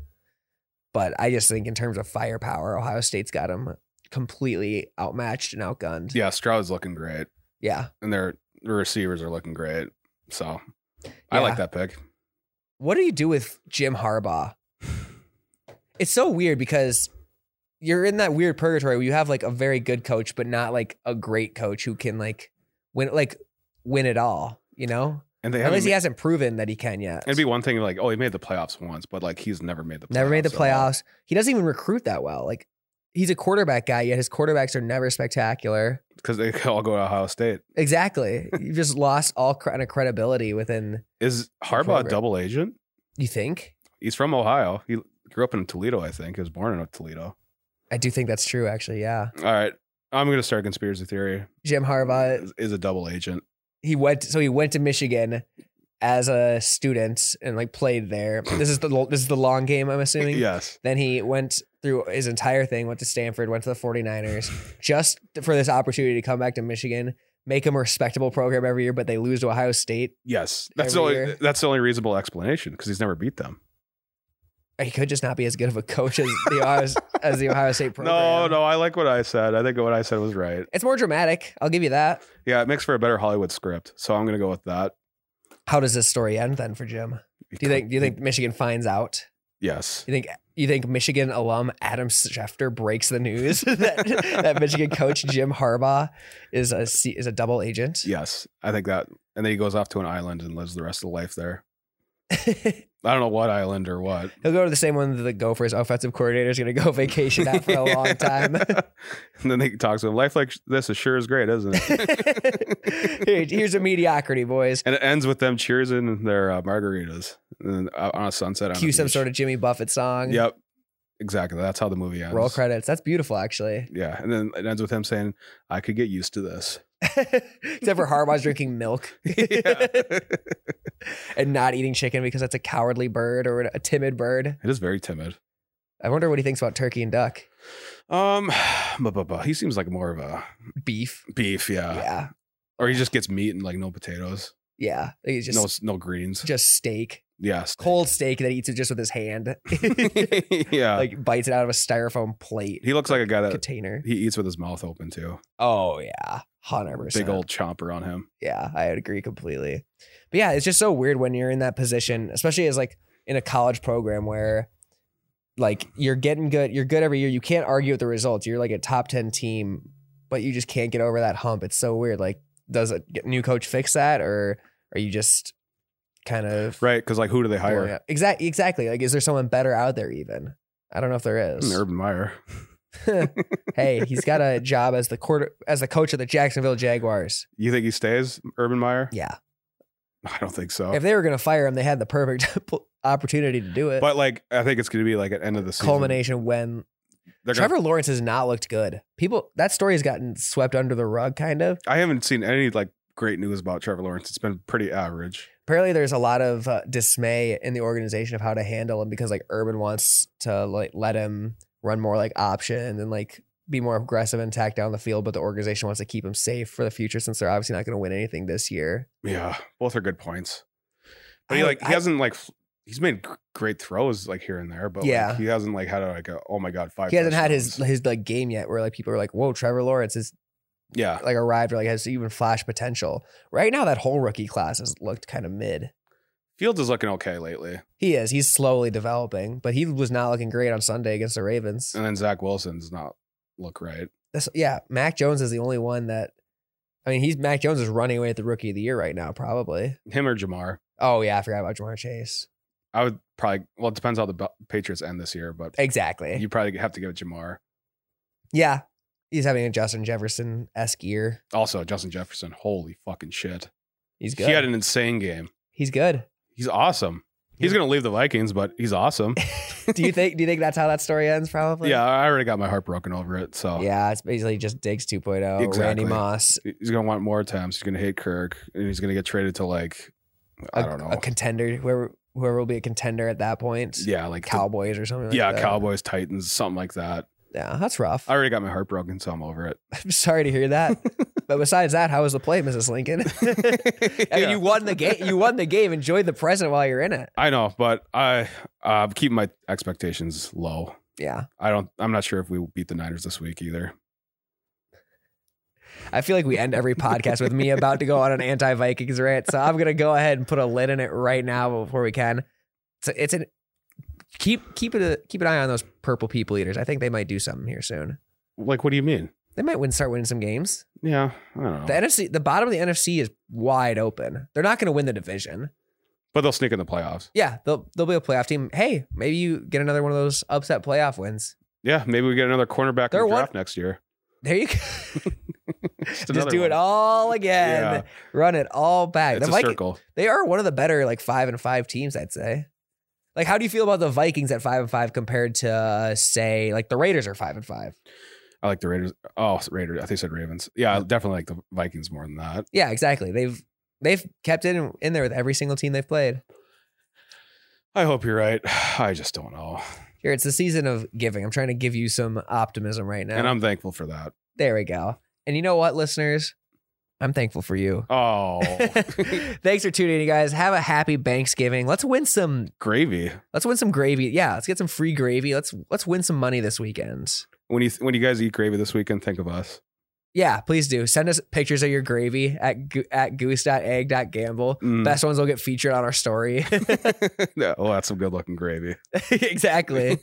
[SPEAKER 2] But I just think in terms of firepower, Ohio State's got them completely outmatched and outgunned.
[SPEAKER 3] Yeah, Stroud's looking great,
[SPEAKER 2] Yeah.
[SPEAKER 3] and their their receivers are looking great. So I
[SPEAKER 2] Yeah.
[SPEAKER 3] like that pick.
[SPEAKER 2] What do you do with Jim Harbaugh? It's so weird because you're in that weird purgatory where you have like a very good coach, but not like a great coach who can like win like win it all. You know,
[SPEAKER 3] And they
[SPEAKER 2] at
[SPEAKER 3] haven't.
[SPEAKER 2] least he
[SPEAKER 3] ma-
[SPEAKER 2] hasn't proven that he can yet.
[SPEAKER 3] It'd be one thing like, oh, he made the playoffs once, but like he's never made the playoffs.
[SPEAKER 2] never made the
[SPEAKER 3] at all.
[SPEAKER 2] playoffs. He doesn't even recruit that well. Like he's a quarterback guy, yet his quarterbacks are never spectacular.
[SPEAKER 3] because they *laughs* all go to Ohio State.
[SPEAKER 2] Exactly. You've
[SPEAKER 3] *laughs*
[SPEAKER 2] just lost all kind of credibility within.
[SPEAKER 3] Is Harbaugh
[SPEAKER 2] program.
[SPEAKER 3] a double agent?
[SPEAKER 2] You think?
[SPEAKER 3] He's from Ohio. He grew up in Toledo, I think. He was born in Toledo.
[SPEAKER 2] I do think that's true. Actually, yeah.
[SPEAKER 3] All right, I'm going to start conspiracy theory.
[SPEAKER 2] Jim Harbaugh.
[SPEAKER 3] Is, is a double agent.
[SPEAKER 2] He went. So he went to Michigan as a student and like played
[SPEAKER 3] *clears throat*
[SPEAKER 2] there. This is the lo- this is the long game. I'm assuming.
[SPEAKER 3] Yes,
[SPEAKER 2] Then he went through his entire thing, went to Stanford, went to the 49ers, just for this opportunity to come back to Michigan, make them a respectable program every year, but they lose to Ohio State.
[SPEAKER 3] yes.
[SPEAKER 2] Every
[SPEAKER 3] That's the only
[SPEAKER 2] year.
[SPEAKER 3] that's the only reasonable explanation because he's never beat them.
[SPEAKER 2] He could just not be as good of a coach as
[SPEAKER 3] *laughs*
[SPEAKER 2] the Ohio, as the Ohio State program.
[SPEAKER 3] No, no. I like what I said. I think what I said was right.
[SPEAKER 2] It's more dramatic. I'll give you that.
[SPEAKER 3] Yeah, it makes for a better Hollywood script. So I'm going to go with that.
[SPEAKER 2] How does this story end then for Jim? Do you think do you think Michigan finds out?
[SPEAKER 3] Yes.
[SPEAKER 2] You think you think Michigan alum Adam Schefter breaks the news *laughs* that, that Michigan coach Jim Harbaugh is a C- is a double agent?
[SPEAKER 3] Yes, I think that. And then he goes off to an island and lives the rest of the life there. I don't know what island or what.
[SPEAKER 2] *laughs* He'll go to the same one that the Gophers offensive coordinator is going to go vacation at *laughs* for a
[SPEAKER 3] *laughs*
[SPEAKER 2] long time. *laughs*
[SPEAKER 3] and then they talk to him. Life like this is sure is great, isn't it?
[SPEAKER 2] *laughs* Here- Here's a mediocrity, boys.
[SPEAKER 3] and it ends with them cheers in their uh, margaritas and then, uh, on a sunset. On
[SPEAKER 2] Cue some sort of Jimmy Buffett song.
[SPEAKER 3] Yep, exactly. That's how the movie ends.
[SPEAKER 2] Roll credits. That's beautiful, actually. *laughs*
[SPEAKER 3] Yeah, and then it ends with him saying, "I could get used to this."
[SPEAKER 2] Except for Harbaugh's drinking milk
[SPEAKER 3] Yeah. it
[SPEAKER 2] *laughs* and not eating chicken because that's a cowardly bird or a timid bird.
[SPEAKER 3] is very timid.
[SPEAKER 2] I wonder what he thinks about turkey and duck.
[SPEAKER 3] Um, *sighs* but, but, but he seems like more of a
[SPEAKER 2] Beef.
[SPEAKER 3] beef, yeah.
[SPEAKER 2] yeah.
[SPEAKER 3] Or he just gets meat and like no potatoes,
[SPEAKER 2] Yeah. He's just,
[SPEAKER 3] no no greens.
[SPEAKER 2] just steak. *laughs*
[SPEAKER 3] yes, *laughs*
[SPEAKER 2] Cold steak that he eats it just with his hand. *laughs*
[SPEAKER 3] yeah.
[SPEAKER 2] like bites it out of a styrofoam plate
[SPEAKER 3] Uh, he looks like a guy that
[SPEAKER 2] container.
[SPEAKER 3] he eats with his mouth open too.
[SPEAKER 2] Oh yeah, hundred percent.
[SPEAKER 3] Big old chomper on him.
[SPEAKER 2] Yeah, I would agree completely. But yeah, it's just so weird when you're in that position, especially as like in a college program where like you're getting good, you're good every year. You can't argue with the results. You're like a top ten team, but you just can't get over that hump. It's so weird. Like, does a new coach fix that, or are you just kind of
[SPEAKER 3] Right, because like who do
[SPEAKER 2] Oh,
[SPEAKER 3] they hire?
[SPEAKER 2] Exactly. uh, Exactly. Like, is there someone better out there? Even I don't know if there is.
[SPEAKER 3] Hmm, *laughs* Urban Meyer.
[SPEAKER 2] hey, he's got a job as the quarter as the coach of the Jacksonville Jaguars.
[SPEAKER 3] You think he stays, Urban Meyer?
[SPEAKER 2] Yeah.
[SPEAKER 3] I don't think so.
[SPEAKER 2] If they were going to fire him, they had the perfect *laughs* opportunity to do it.
[SPEAKER 3] but like, I think it's going to be like at end of the
[SPEAKER 2] *laughs*
[SPEAKER 3] season.
[SPEAKER 2] Culmination when
[SPEAKER 3] They're gonna-
[SPEAKER 2] Trevor Lawrence has not looked good. People, that story has gotten swept under the rug, kind of.
[SPEAKER 3] I haven't seen any like great news about Trevor Lawrence. It's been pretty average.
[SPEAKER 2] Apparently, there's a lot of uh, dismay in the organization of how to handle him because like Urban wants to like let him run more like option and like be more aggressive and attack down the field, but the organization wants to keep him safe for the future since they're obviously not going to win anything this year.
[SPEAKER 3] Yeah, both are good points. But he
[SPEAKER 2] I-
[SPEAKER 3] like he
[SPEAKER 2] I-
[SPEAKER 3] hasn't like f- he's made gr- great throws like here and there, but like,
[SPEAKER 2] Yeah.
[SPEAKER 3] he hasn't like had a, like a oh my god five.
[SPEAKER 2] he hasn't had his
[SPEAKER 3] touchdowns.
[SPEAKER 2] his like game yet where like people are like, whoa, Trevor Lawrence is
[SPEAKER 3] yeah.
[SPEAKER 2] like arrived or like has even flash potential. Right now, that whole rookie class has looked kind of mid.
[SPEAKER 3] Fields is looking okay lately,
[SPEAKER 2] He is. He's slowly developing, but he was not looking great on Sunday against the Ravens.
[SPEAKER 3] and then Zach Wilson's not look right.
[SPEAKER 2] That's, yeah, Mac Jones is the only one that. I mean, he's Mac Jones is running away at the rookie of the year right now, probably.
[SPEAKER 3] Him or Jamar.
[SPEAKER 2] Oh yeah, I forgot about Jamar Chase.
[SPEAKER 3] I would probably well it depends how the Bu- Patriots end this year, but
[SPEAKER 2] Exactly.
[SPEAKER 3] you probably have to give it Jamar.
[SPEAKER 2] yeah, he's having a Justin Jefferson esque year.
[SPEAKER 3] Also, Justin Jefferson, holy fucking shit.
[SPEAKER 2] He's
[SPEAKER 3] He
[SPEAKER 2] good.
[SPEAKER 3] had an insane game.
[SPEAKER 2] he's good.
[SPEAKER 3] He's awesome. He's
[SPEAKER 2] Yeah.
[SPEAKER 3] going to leave the Vikings, but
[SPEAKER 2] *laughs*
[SPEAKER 3] he's awesome.
[SPEAKER 2] do
[SPEAKER 3] *laughs*
[SPEAKER 2] you think? Do you think that's how that story ends? Probably.
[SPEAKER 3] yeah, I already got my heart broken over it. So
[SPEAKER 2] Yeah, it's basically just Diggs 2.0, oh. Randy
[SPEAKER 3] Exactly.
[SPEAKER 2] Moss,
[SPEAKER 3] he's going to want more attempts. He's going to hate Kirk, and he's going to get traded to like, I
[SPEAKER 2] I
[SPEAKER 3] I don't know.
[SPEAKER 2] a contender, whoever whoever will be a contender at that point.
[SPEAKER 3] yeah, like the-
[SPEAKER 2] Cowboys or something. like
[SPEAKER 3] yeah,
[SPEAKER 2] that.
[SPEAKER 3] Cowboys, Titans, something like that.
[SPEAKER 2] Yeah, that's rough.
[SPEAKER 3] I already got my heart broken, so
[SPEAKER 2] *laughs*
[SPEAKER 3] I'm over it.
[SPEAKER 2] I'm *laughs* sorry to hear
[SPEAKER 3] *laughs*
[SPEAKER 2] that. but besides that, how was the play, Mrs. Lincoln? I mean,
[SPEAKER 3] Yeah.
[SPEAKER 2] you won the game. You won the game. Enjoy the present while you're in it.
[SPEAKER 3] I know, but I uh, keep my expectations low.
[SPEAKER 2] Yeah,
[SPEAKER 3] I don't. I'm not sure if we will beat the Niners this week either.
[SPEAKER 2] I feel like we end every podcast with me about to go on an anti-Vikings rant, so I'm gonna go ahead and put a lid in it right now before we can. So it's an keep keep it a, keep an eye on those purple people eaters. I think they might do something here soon.
[SPEAKER 3] Like, what do you mean?
[SPEAKER 2] They might win, start winning some games.
[SPEAKER 3] Yeah, I don't know.
[SPEAKER 2] The NFC, the bottom of the NFC is wide open. They're not going to win the division.
[SPEAKER 3] but they'll sneak in the playoffs.
[SPEAKER 2] Yeah, they'll they'll be a playoff team. Hey, maybe you get another one of those upset playoff wins.
[SPEAKER 3] Yeah, maybe we get another cornerback in
[SPEAKER 2] They're
[SPEAKER 3] the
[SPEAKER 2] one-
[SPEAKER 3] draft next year. *laughs*
[SPEAKER 2] There you go.
[SPEAKER 3] Just,
[SPEAKER 2] Just
[SPEAKER 3] another
[SPEAKER 2] do it
[SPEAKER 3] one.
[SPEAKER 2] all again.
[SPEAKER 3] Yeah.
[SPEAKER 2] Run it all back.
[SPEAKER 3] It's
[SPEAKER 2] the
[SPEAKER 3] a
[SPEAKER 2] Viking-
[SPEAKER 3] circle.
[SPEAKER 2] they are one of the better like five and five teams, I'd say. Like, how do you feel about the Vikings at five and five compared to uh, say like the Raiders are five and five?
[SPEAKER 3] I like the Raiders. Oh, Raiders. I think I said Ravens. Yeah, I definitely like the Vikings more than that.
[SPEAKER 2] Yeah, exactly. They've they've kept it in, in there with every single team they've played.
[SPEAKER 3] I hope you're right. *sighs* I just don't know.
[SPEAKER 2] Here, it's the season of giving. I'm trying to give you some optimism right now.
[SPEAKER 3] And I'm thankful for that.
[SPEAKER 2] there we go. And you know what, listeners? I'm thankful for you.
[SPEAKER 3] Oh,
[SPEAKER 2] *laughs* Thanks for tuning in, you guys. Have a happy Thanksgiving. Let's win some.
[SPEAKER 3] gravy.
[SPEAKER 2] Let's win some gravy. Yeah, let's get some free gravy. Let's let's win some money this weekend.
[SPEAKER 3] When you when you guys eat gravy this weekend, think of us.
[SPEAKER 2] Yeah, please do. Send us pictures of your gravy at go- at goose.egg.gamble.
[SPEAKER 3] Mm.
[SPEAKER 2] Best ones will get featured on our story. *laughs*
[SPEAKER 3] *laughs* Yeah, oh, that's some good looking gravy. *laughs*
[SPEAKER 2] exactly.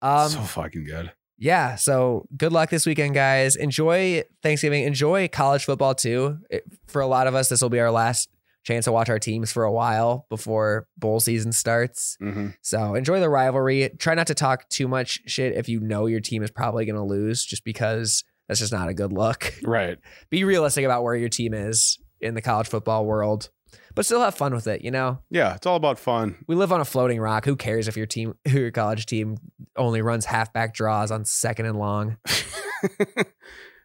[SPEAKER 2] Um,
[SPEAKER 3] so fucking good.
[SPEAKER 2] yeah. So good luck this weekend, guys. Enjoy Thanksgiving. Enjoy college football too. It- for a lot of us, this will be our last chance to watch our teams for a while before bowl season starts.
[SPEAKER 3] Mhm.
[SPEAKER 2] *laughs* So enjoy the rivalry. Try not to talk too much shit if you know your team is probably going to lose, just because that's just not a good look. *laughs*
[SPEAKER 3] Right.
[SPEAKER 2] Be realistic about where your team is in the college football world, but still have fun with it. You know,
[SPEAKER 3] Yeah, it's all about fun. *laughs*
[SPEAKER 2] we live on a floating rock. Who cares if your team, *laughs* who your college team, only runs halfback draws on second and long?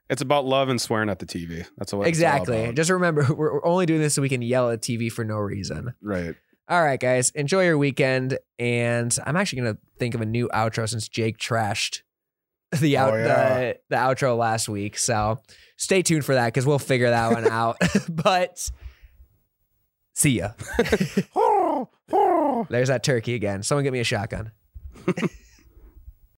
[SPEAKER 3] it's about love and swearing at the TV. That's what it's all
[SPEAKER 2] exactly.
[SPEAKER 3] about.
[SPEAKER 2] Just remember, *laughs* we're we're only doing this so we can yell at TV for no reason.
[SPEAKER 3] Right.
[SPEAKER 2] All right, guys, enjoy your weekend, and I'm actually gonna think of a new outro since Jake trashed the out
[SPEAKER 3] Oh, yeah.
[SPEAKER 2] the, the outro last week. So stay tuned for that because we'll figure that
[SPEAKER 3] *laughs*
[SPEAKER 2] one out. *laughs* but *laughs* see ya. There's that turkey again. Someone get me a shotgun.